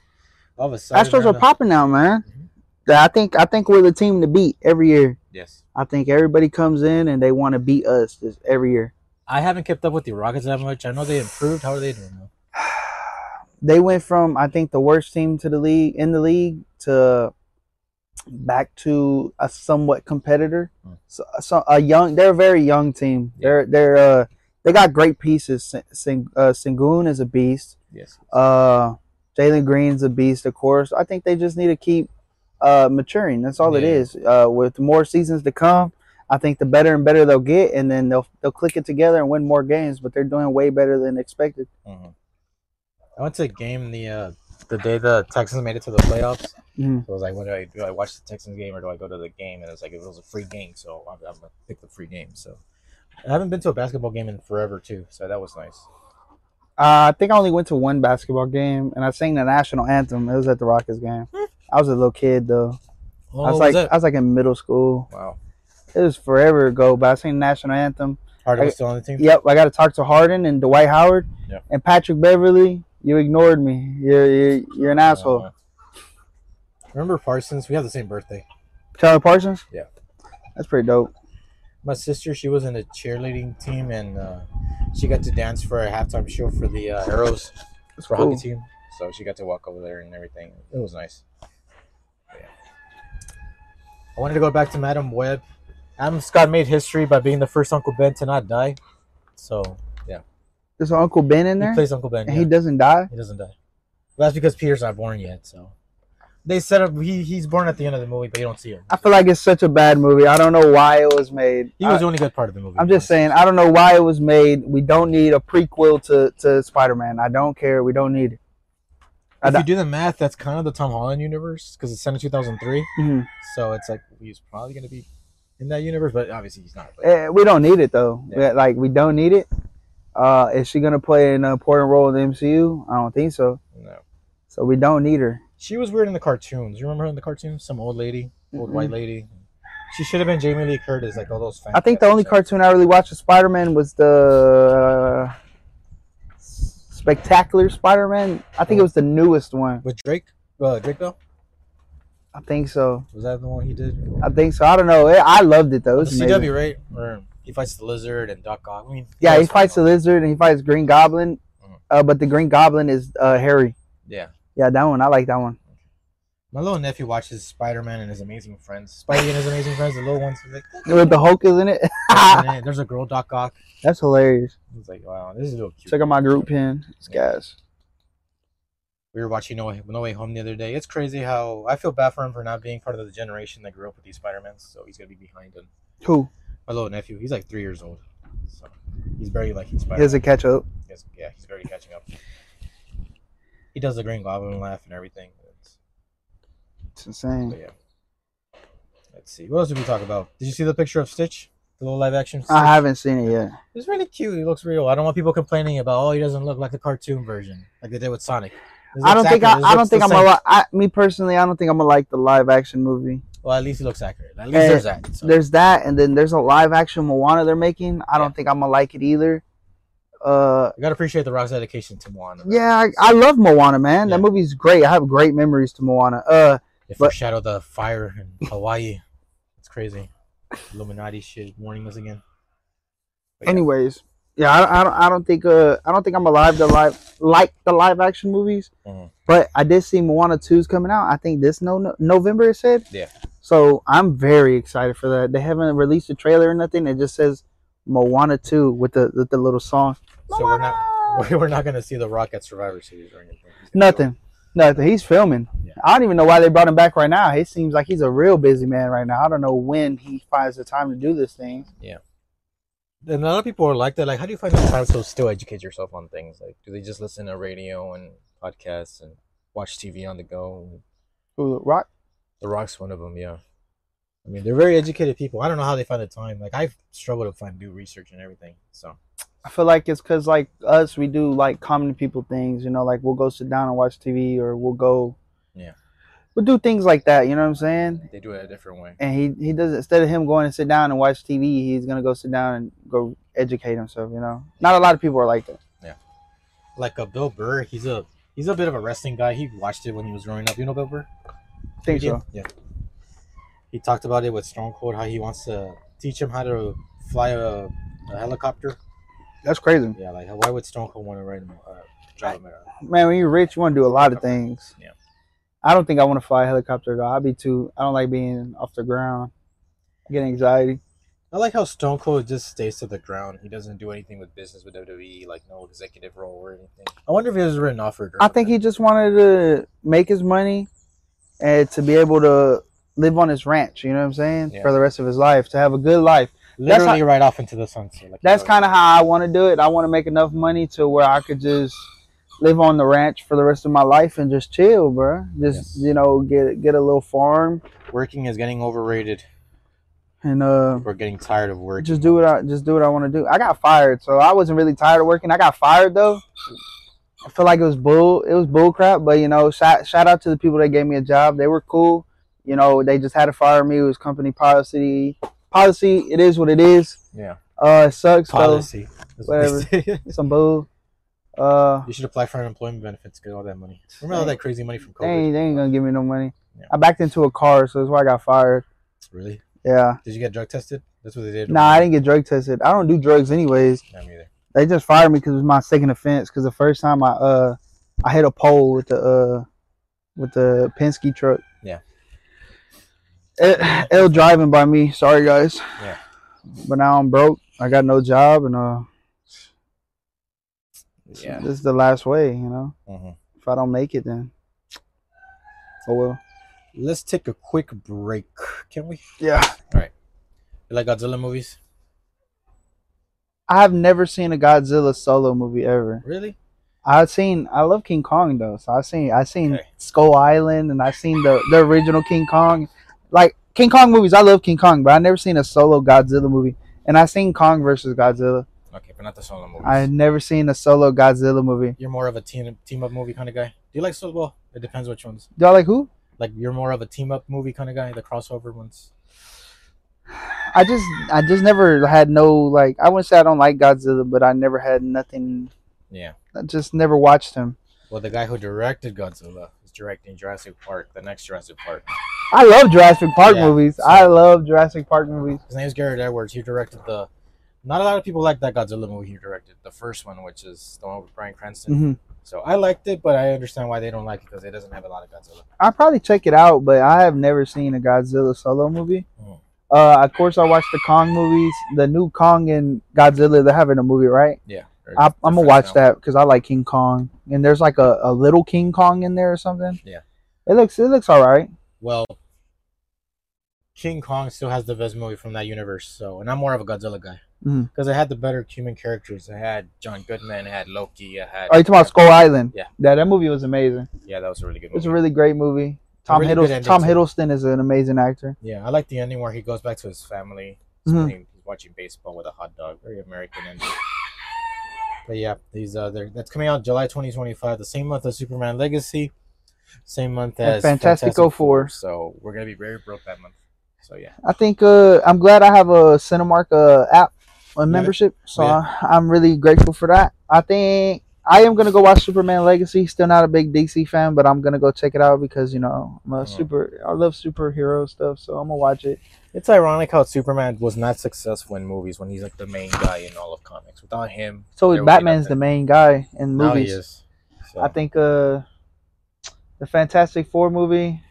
Speaker 2: all of a sudden
Speaker 1: Astros
Speaker 2: around
Speaker 1: are
Speaker 2: the-
Speaker 1: popping now, man.
Speaker 2: Mhm.
Speaker 1: I think I think we're the team to beat every year.
Speaker 2: Yes,
Speaker 1: I think everybody comes in and they want to beat us just every year.
Speaker 2: I haven't kept up with the Rockets that much. I know they improved. How are they doing? Now?
Speaker 1: they went from I think the worst team to the league in the league to back to a somewhat competitor.
Speaker 2: Hmm.
Speaker 1: So, so a young, they're a very young team. They're they're uh they got great pieces. Sing, Sing, uh, Sengun is a beast.
Speaker 2: Yes.
Speaker 1: Uh, Jalen Green's a beast, of course. I think they just need to keep uh maturing. That's all it
Speaker 2: Yeah.
Speaker 1: is. Uh, with more seasons to come. I think the better and better they'll get, and then they'll they'll click it together and win more games. But they're doing way better than expected.
Speaker 2: Mhm. I went to a game the uh, the day the Texans made it to the playoffs.
Speaker 1: Mhm.
Speaker 2: So I was like, what do I do? I watch the Texans game or do I go to the game? And it's like, it was a free game, so I'm, I'm gonna pick the free game. So I haven't been to a basketball game in forever too, so that was nice.
Speaker 1: Uh, I think I only went to one basketball game, and I sang the national anthem. It was at the Rockets game. I was a little kid though.
Speaker 2: Oh,
Speaker 1: I was like, I was like in middle school.
Speaker 2: wow,
Speaker 1: It was forever ago, but I sang the national anthem.
Speaker 2: Harden
Speaker 1: I-
Speaker 2: was still on the team.
Speaker 1: Yep, I got to talk to Harden and Dwight Howard
Speaker 2: Yeah.
Speaker 1: and Patrick Beverly. You ignored me. You're you're, you're an asshole.
Speaker 2: Uh, remember Parsons? We had the same birthday.
Speaker 1: Charlie Parsons.
Speaker 2: Yeah.
Speaker 1: that's pretty dope.
Speaker 2: My sister, she was in a cheerleading team, and uh, she got to dance for a halftime show for the uh, Arrows
Speaker 1: That's
Speaker 2: for
Speaker 1: cool.
Speaker 2: hockey team. So she got to walk over there and everything. It was nice. But yeah. I wanted to go back to Madam Web. Adam Scott made history by being the first Uncle Ben to not die. So
Speaker 1: There's Uncle Ben in
Speaker 2: he
Speaker 1: there,
Speaker 2: plays Uncle Ben.
Speaker 1: and
Speaker 2: yeah.
Speaker 1: he doesn't die.
Speaker 2: He doesn't die. Well, that's because Peter's not born yet. So they set up. He he's born at the end of the movie, but you don't see him.
Speaker 1: I feel like it's such a bad movie. I don't know why it was made.
Speaker 2: He was
Speaker 1: I-
Speaker 2: the only good part of the movie.
Speaker 1: I'm just saying, I don't know why it was made. We don't need a prequel to, to Spider Man. I don't care. We don't need it. I
Speaker 2: If you
Speaker 1: don't-
Speaker 2: do the math, that's kind of the Tom Holland universe because it's set in 2003.
Speaker 1: Mhm.
Speaker 2: So it's like he's probably gonna be in that universe, but obviously he's not. but-
Speaker 1: Eh, we don't need it, though.
Speaker 2: Yeah.
Speaker 1: We- Like, we don't need it. Uh, is she going to play an important role in the MCU? I don't think so.
Speaker 2: no.
Speaker 1: So we don't need her.
Speaker 2: She was weird in the cartoons. You remember her in the cartoons? Some old lady, old
Speaker 1: Mm-mm.
Speaker 2: white lady. She should have been Jamie Lee Curtis, like all those fans.
Speaker 1: Mm-hmm. I think the only cartoon I really watched of Spider Man was the uh, Spectacular Spider Man. I think it was the newest one.
Speaker 2: with Drake, uh, Drake Bell.
Speaker 1: I think so.
Speaker 2: Was that the one he did?
Speaker 1: I think so. I don't know. Eh, I loved it, though. It
Speaker 2: The
Speaker 1: was amazing.
Speaker 2: CW, right? Where he fights the lizard and Doc Ock. I mean,
Speaker 1: Yeah, he
Speaker 2: that's
Speaker 1: fights the
Speaker 2: fine.
Speaker 1: lizard and he fights Green Goblin.
Speaker 2: Mhm.
Speaker 1: Uh, but the Green Goblin is uh, Harry.
Speaker 2: Yeah,
Speaker 1: Yeah, that one. I like that one.
Speaker 2: my little nephew watches Spider Man and His Amazing Friends. Spidey and His Amazing Friends, the little ones. He's like,
Speaker 1: With the Hulk is in it.
Speaker 2: "What's in it?" there's a girl Doc Ock.
Speaker 1: That's hilarious.
Speaker 2: I was like, wow, this is a little cute.
Speaker 1: Check out my group pin. It's gas.
Speaker 2: we were watching No Way, no Way Home the other day. It's crazy how I feel bad for him for not being part of the generation that grew up with these Spider Mans. So he's gonna be behind on
Speaker 1: Who?
Speaker 2: my little nephew. He's like three years old, so he's very like
Speaker 1: He
Speaker 2: inspired.
Speaker 1: doesn't catch up.
Speaker 2: Yes, yeah, he's very catching up. He does the Green Goblin laugh and everything. It's-
Speaker 1: It's
Speaker 2: but
Speaker 1: insane.
Speaker 2: yeah, let's see. What else did we talk about? Did you see the picture of Stitch? The little live action. Stitch?
Speaker 1: I haven't seen it yet.
Speaker 2: It's really cute. He looks real. I don't want people complaining about oh he doesn't look like the cartoon version like they did with Sonic. This
Speaker 1: I don't
Speaker 2: looks
Speaker 1: think I,
Speaker 2: accurate. This
Speaker 1: I
Speaker 2: looks
Speaker 1: don't think
Speaker 2: the
Speaker 1: I'm
Speaker 2: same.
Speaker 1: gonna. I, me personally, I don't think I'm gonna like the live action movie.
Speaker 2: Well, at least he looks accurate. At least
Speaker 1: Eh,
Speaker 2: there's that. so.
Speaker 1: There's that, and then there's a live action Moana they're making. I don't think I'm gonna like it either. Uh,
Speaker 2: You gotta appreciate the rock's dedication to Moana. right?
Speaker 1: yeah, I, I love Moana, man. That
Speaker 2: Yeah.
Speaker 1: movie's great. I have great memories to Moana. Uh,
Speaker 2: They
Speaker 1: but-
Speaker 2: foreshadowed the fire in Hawaii. It's crazy. Illuminati shit warning us again. But yeah.
Speaker 1: Anyways, yeah, I, I don't, I don't think, uh, I don't think I'm alive to live like the live action movies.
Speaker 2: Mhm.
Speaker 1: But I did see Moana 2's coming out. I think this no, November it said.
Speaker 2: Yeah.
Speaker 1: So I'm very excited for that. They haven't released a trailer or nothing. It just says Moana 2 with the with the little song.
Speaker 2: So we're not We were not gonna see The Rock at Survivor Series or anything. He's gonna
Speaker 1: Nothing. Nothing. He's filming.
Speaker 2: Yeah.
Speaker 1: I don't even know why they brought him back right now. He seems like he's a real busy man right now. I don't know when he finds the time to do this thing.
Speaker 2: go. And a lot of people are like that. Like, how do you find the time to still educate yourself on things? Like, do they just listen to radio and podcasts and watch TV on the go?
Speaker 1: Who Rock?
Speaker 2: The Rock's one of them, yeah. I mean, they're very educated people. I don't know how they find the time. Like, I've struggled to find new research and everything. So,
Speaker 1: I feel like it's because like us, we do like common people things. You know, like we'll go sit down and watch TV, or we'll go.
Speaker 2: Yeah.
Speaker 1: We'll do things like that. You know what I'm saying?
Speaker 2: they do it a different way.
Speaker 1: And he he does instead of him going and sit down and watch TV, he's gonna go sit down and go educate himself. You know, not a lot of people are like that.
Speaker 2: Like a Bill Burr, he's a he's a bit of a wrestling guy. He watched it when he was growing up. You know Bill Burr?
Speaker 1: I think so.
Speaker 2: Yeah. He talked about it with Stone Cold how he wants to teach him how to fly a, a helicopter.
Speaker 1: That's crazy,
Speaker 2: Yeah, like why would Stone Cold want to ride him? Uh, drive him around?
Speaker 1: man. When you're rich, you want to do a lot of things.
Speaker 2: Yeah.
Speaker 1: I don't think I want to fly a helicopter though. I'd be too. I don't like being off the ground. I get anxiety.
Speaker 2: I like how Stone Cold just stays to the ground. He doesn't do anything with business with WWE, like no executive role or anything. I wonder if he was written offered. or
Speaker 1: I think he just wanted to make his money and to be able to live on his ranch, you know what I'm saying?
Speaker 2: Yeah.
Speaker 1: For the rest of his life, to have a good life. that's
Speaker 2: literally right off into the sunset. Like
Speaker 1: That's kind of how I want to do it. I want to make enough money to where I could just live on the ranch for the rest of my life and just chill, bro. Just,
Speaker 2: Yes.
Speaker 1: you know, get get a little farm
Speaker 2: of working is getting overrated.
Speaker 1: and uh
Speaker 2: We're getting tired of working.
Speaker 1: just do what I just do what I want to do. I got fired, so I wasn't really tired of working. I got fired though. I feel like it was bull. It was bull crap, but you know, shout, shout out to the people that gave me a job. They were cool. You know, they just had to fire me. It was company policy. Policy. It is what it is.
Speaker 2: yeah,
Speaker 1: Uh, it sucks. though.
Speaker 2: policy. That's what
Speaker 1: whatever.
Speaker 2: they say.
Speaker 1: Some bull. Uh,
Speaker 2: you should apply for unemployment benefits. Get all that money. Remember all
Speaker 1: Hey.
Speaker 2: that crazy money from
Speaker 1: they
Speaker 2: COVID?
Speaker 1: ain't, they ain't gonna give me no money.
Speaker 2: Yeah.
Speaker 1: I backed into a car, so that's why I got fired.
Speaker 2: Really?
Speaker 1: Yeah.
Speaker 2: Did you get drug tested? That's what they did.
Speaker 1: Nah, I didn't get drug tested. I don't do drugs anyways.
Speaker 2: Nah, me either.
Speaker 1: they just fired me because it was my second offense. Because the first time I uh I hit a pole with the uh with the Penske truck.
Speaker 2: Yeah.
Speaker 1: It, it was driving by me. Sorry guys.
Speaker 2: Yeah.
Speaker 1: But now I'm broke. I got no job, and uh,
Speaker 2: Yeah.
Speaker 1: this is the last way. You know,
Speaker 2: hmm
Speaker 1: if I don't make it, then oh well.
Speaker 2: Let's take a quick break, can we?
Speaker 1: Yeah.
Speaker 2: You like Godzilla movies?
Speaker 1: I have never seen a Godzilla solo movie ever.
Speaker 2: Really?
Speaker 1: I've seen. I love King Kong though, so I seen. I seen
Speaker 2: Okay.
Speaker 1: Skull Island, and I seen the the original King Kong. Like King Kong movies, I love King Kong, but I never seen a solo Godzilla movie. And I seen Kong versus Godzilla.
Speaker 2: Okay, but not the solo movies.
Speaker 1: I never seen a solo Godzilla movie.
Speaker 2: You're more of a team team up movie kind of guy. Do you like solo? Well, it depends which ones.
Speaker 1: Do I like who?
Speaker 2: Like you're more of a team up movie kind of guy, the crossover ones.
Speaker 1: I just I just never had no like. I wouldn't say I don't like Godzilla, but I never had nothing.
Speaker 2: Yeah.
Speaker 1: I just never watched him.
Speaker 2: Well, the guy who directed Godzilla is directing Jurassic Park, the next Jurassic Park.
Speaker 1: I love Jurassic Park
Speaker 2: Yeah,
Speaker 1: movies.
Speaker 2: so-
Speaker 1: I love Jurassic Park movies.
Speaker 2: His name's Garrett Edwards. He directed the. Not a lot of people like that Godzilla movie he directed, the first one, which is the one with Brian Cranston.
Speaker 1: hmm
Speaker 2: So I liked it, but I understand why they don't like it because it doesn't have a lot of Godzilla.
Speaker 1: I probably check it out, but I have never seen a Godzilla solo movie.
Speaker 2: Mm.
Speaker 1: Uh, of course, I watched the Kong movies. The new Kong and Godzilla, they're having a movie, right?
Speaker 2: Yeah.
Speaker 1: I, I'm gonna watch that because I like King Kong, and there's like a, a little King Kong in there or something.
Speaker 2: Yeah.
Speaker 1: it looks it looks all right.
Speaker 2: Well, King Kong still has the best movie from that universe. So, and I'm more of a Godzilla guy
Speaker 1: Mhm.
Speaker 2: because I had the better human characters. I had John Goodman, I had Loki, I had.
Speaker 1: Are Oh, you talking about Skull Island?
Speaker 2: Yeah.
Speaker 1: yeah, that movie was amazing.
Speaker 2: Yeah, that was a really good movie.
Speaker 1: It's a really great movie. Tom
Speaker 2: really good
Speaker 1: Hiddleston.
Speaker 2: ending,
Speaker 1: Tom
Speaker 2: too.
Speaker 1: Hiddleston is an amazing actor.
Speaker 2: Yeah, I like the ending where he goes back to his family.
Speaker 1: Mhm.
Speaker 2: He's watching baseball with a hot dog. Very American ending. But yeah, these uh, they're- that's coming out July 2025, the same month as Superman Legacy, same month
Speaker 1: And
Speaker 2: as
Speaker 1: Fantastico
Speaker 2: Fantastic
Speaker 1: Four.
Speaker 2: So we're gonna be very broke that month. So yeah,
Speaker 1: I think uh, I'm glad I have a Cinemark uh, app, a membership. So
Speaker 2: Yeah.
Speaker 1: I, I'm really grateful for that. I think I am gonna go watch Superman Legacy. Still not a big DC fan, but I'm gonna go check it out because you know I'm a
Speaker 2: Mhm.
Speaker 1: super. I love superhero stuff, so I'm gonna watch it.
Speaker 2: it's ironic how Superman was not successful in movies when he's like the main guy in all of comics. Without him,
Speaker 1: So
Speaker 2: there would be
Speaker 1: Batman's the
Speaker 2: nothing.
Speaker 1: main guy in
Speaker 2: Now he
Speaker 1: movies.
Speaker 2: is. So,
Speaker 1: I think uh, the Fantastic Four movie.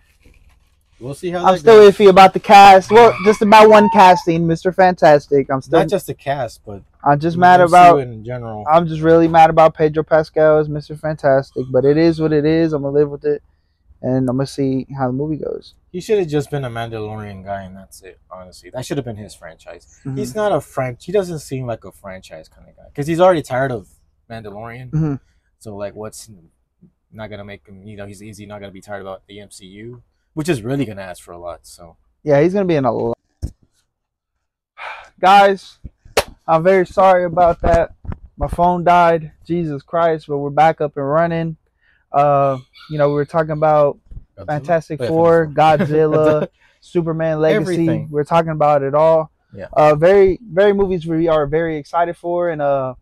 Speaker 2: We'll see how.
Speaker 1: I'm
Speaker 2: that
Speaker 1: still
Speaker 2: goes.
Speaker 1: iffy about the cast. Well, just about one casting, Mr. Fantastic. I'm still.
Speaker 2: not just the cast, but
Speaker 1: I'm just mad
Speaker 2: MCU
Speaker 1: about.
Speaker 2: in general.
Speaker 1: I'm just really mad about Pedro Pascal as Mr. Fantastic. But it is what it is. I'm gonna live with it, and I'm gonna see how the movie goes.
Speaker 2: He should have just been a Mandalorian guy, and that's it. Honestly, that should have been his franchise. He's
Speaker 1: Mm-hmm.
Speaker 2: not a French. He doesn't seem like a franchise kind of guy because he's already tired of Mandalorian.
Speaker 1: Mhm.
Speaker 2: So like, what's not gonna make him? You know, he's easy. Not gonna be tired about the MCU, which is really gonna ask for a lot. So
Speaker 1: Yeah, he's gonna be in a lot. Guys, I'm very sorry about that. My phone died. Jesus Christ! But we're back up and running. Uh, you know, we were talking about Fantastic
Speaker 2: Yeah,
Speaker 1: Four,
Speaker 2: Fantastic Four.
Speaker 1: Godzilla, Superman Legacy.
Speaker 2: Everything.
Speaker 1: We're talking about it all.
Speaker 2: Yeah.
Speaker 1: Uh, very, very movies we are very excited for, and uh,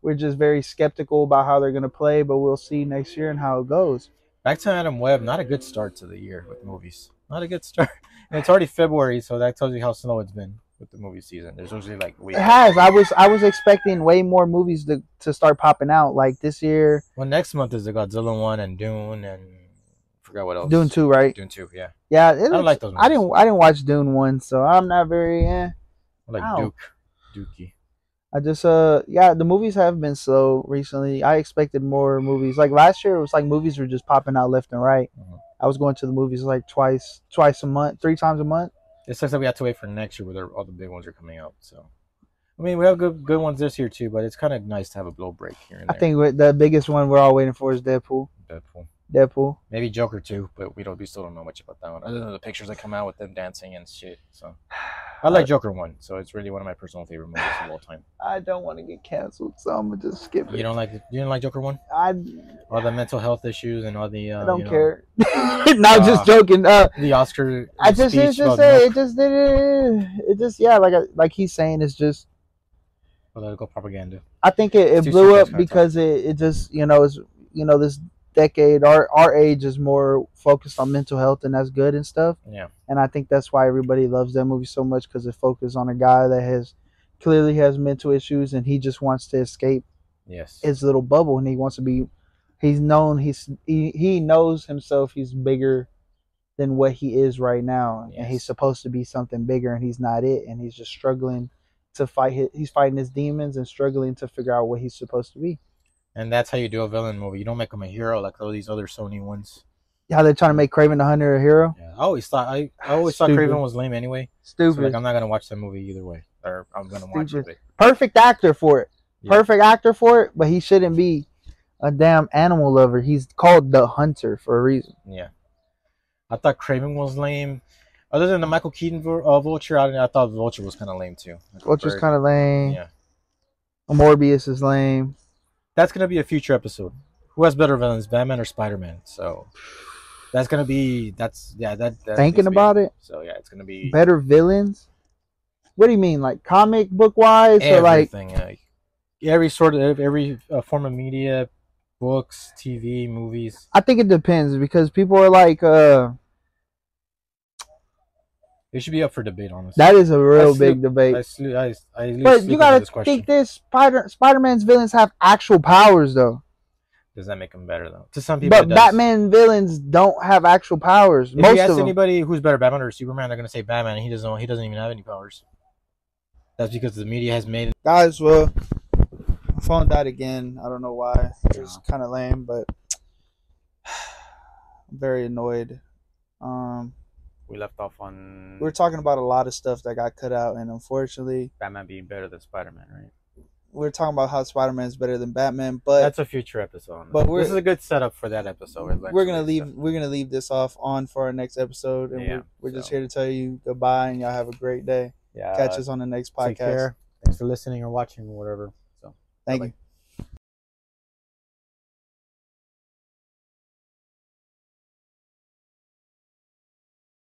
Speaker 1: we're just very skeptical about how they're gonna play. But we'll see next year and how it goes.
Speaker 2: Back to Adam Webb. Not a good start to the year with movies. Not a good start. And it's already February, so that tells you how slow it's been with the movie season. There's usually like weeks.
Speaker 1: It has. I was, I was expecting way more movies to to start popping out. Like this year,
Speaker 2: Well, next month is the Godzilla one and Dune and forgot what else.
Speaker 1: Dune two, right?
Speaker 2: Dune two. Yeah.
Speaker 1: Yeah, it
Speaker 2: I
Speaker 1: looks-
Speaker 2: don't like those. Movies.
Speaker 1: I didn't, I didn't watch Dune one, so I'm not very. Eh.
Speaker 2: I like
Speaker 1: Ow.
Speaker 2: Duke. Dookie.
Speaker 1: I just uh yeah, the movies have been slow recently. I expected more movies. Like last year, it was like movies were just popping out left and right.
Speaker 2: Mhm.
Speaker 1: I was going to the movies like twice, twice a month, three times a month.
Speaker 2: It sucks that we have to wait for next year where they're- all the big ones are coming out. So, I mean, we have good good ones this year too, but it's kind of nice to have a blow break here and
Speaker 1: I
Speaker 2: there.
Speaker 1: think we- the biggest one we're all waiting for is Deadpool.
Speaker 2: Deadpool.
Speaker 1: Deadpool.
Speaker 2: Maybe Joker too, but we don't. We still don't know much about that one other than the pictures that come out with them dancing and shit. So, I
Speaker 1: Uh,
Speaker 2: like Joker one, so it's really one of my personal favorite movies of all time.
Speaker 1: I don't want to get canceled, so I'm gonna just skip
Speaker 2: You
Speaker 1: it.
Speaker 2: don't like you don't like Joker one?
Speaker 1: I,
Speaker 2: All the mental health issues and all the uh,
Speaker 1: I don't
Speaker 2: you know,
Speaker 1: care. no, I'm just
Speaker 2: Uh,
Speaker 1: joking. Uh,
Speaker 2: the Oscar.
Speaker 1: I just
Speaker 2: speech
Speaker 1: it's just
Speaker 2: about
Speaker 1: it,
Speaker 2: no
Speaker 1: it just did it. It just yeah, like I, like he's saying, it's just
Speaker 2: political propaganda.
Speaker 1: I think it,
Speaker 2: It's
Speaker 1: it
Speaker 2: too
Speaker 1: blew
Speaker 2: soon
Speaker 1: up
Speaker 2: to
Speaker 1: because it, it just you know is you know this decade our our age is more focused on mental health and that's good and stuff
Speaker 2: Yeah,
Speaker 1: and I think that's why everybody loves that movie so much because it focuses on a guy that has clearly has mental issues and he just wants to escape
Speaker 2: yes.
Speaker 1: his little bubble and he wants to be he's known he's he, he knows himself he's bigger than what he is right now and he's
Speaker 2: Yes.
Speaker 1: supposed to be something bigger and he's not it and he's just struggling to fight his, he's fighting his demons and struggling to figure out what he's supposed to be
Speaker 2: and that's how you do a villain movie. You don't make him a hero like all these other Sony ones.
Speaker 1: how they're trying to make craven the hunter a hero
Speaker 2: Yeah, I always thought I, I always thought
Speaker 1: Stupid.
Speaker 2: Craven was lame anyway. So
Speaker 1: stupid
Speaker 2: like I'm not gonna watch that movie either way, or I'm gonna watch it.
Speaker 1: Stupid. perfect actor for it
Speaker 2: Yeah.
Speaker 1: perfect actor for it but he shouldn't be a damn animal lover he's called the hunter for a reason
Speaker 2: but- Yeah, I thought Craven was lame. Other than the Michael Keaton Vul- uh, Vulture, I, I thought Vulture was kind of lame too. Like,
Speaker 1: which is
Speaker 2: very-
Speaker 1: kind of lame
Speaker 2: yeah.
Speaker 1: morbius is lame
Speaker 2: That's gonna be a future episode. Who has better villains, Batman or Spider Man? So that's gonna be that's yeah that, that
Speaker 1: Thinking
Speaker 2: needs to be-
Speaker 1: about it?
Speaker 2: So yeah, it's gonna be
Speaker 1: better villains? What do you mean, like comic book wise, or like
Speaker 2: everything. like, every sort of every uh, form of media, books, TV, movies.
Speaker 1: I think it depends because people are like, uh,
Speaker 2: It should be up for debate, honestly.
Speaker 1: that is a real
Speaker 2: That's
Speaker 1: big
Speaker 2: the-
Speaker 1: debate.
Speaker 2: I slew, I, I lose
Speaker 1: but
Speaker 2: sleep
Speaker 1: you
Speaker 2: over
Speaker 1: gotta
Speaker 2: this question.
Speaker 1: think this Spider Spider Man's villains have actual powers though,
Speaker 2: Does that make him better though? To some people,
Speaker 1: but
Speaker 2: it does.
Speaker 1: Batman villains don't have actual powers.
Speaker 2: If
Speaker 1: Most
Speaker 2: you ask
Speaker 1: of them.
Speaker 2: anybody who's better, Batman or Superman, they're gonna say Batman. and He doesn't. He doesn't even have any powers. That's because the media has made.
Speaker 1: Guys, well, my phone died again. I don't know why. It was kind of lame, but I'm very annoyed. Um,
Speaker 3: we left off on
Speaker 1: we were talking about a lot of stuff that got cut out, and unfortunately.
Speaker 3: Batman being better than Spider Man, right?
Speaker 1: we are talking about how Spider Man's better than Batman, but
Speaker 2: That's a future episode. on that.
Speaker 1: But we're-
Speaker 2: this is a good setup for that episode. is
Speaker 1: we're gonna
Speaker 2: actually,
Speaker 1: leave
Speaker 2: so.
Speaker 1: we're gonna leave this off on for our next episode, and
Speaker 3: Yeah,
Speaker 1: we're, we're just
Speaker 3: so.
Speaker 1: here to tell you goodbye, and y'all have a great day.
Speaker 3: Yeah.
Speaker 1: Catch us on the next
Speaker 2: Uh, Take
Speaker 1: podcast.
Speaker 2: care. Thanks for listening or watching or whatever.
Speaker 1: Thank
Speaker 3: Bye-bye.
Speaker 1: you.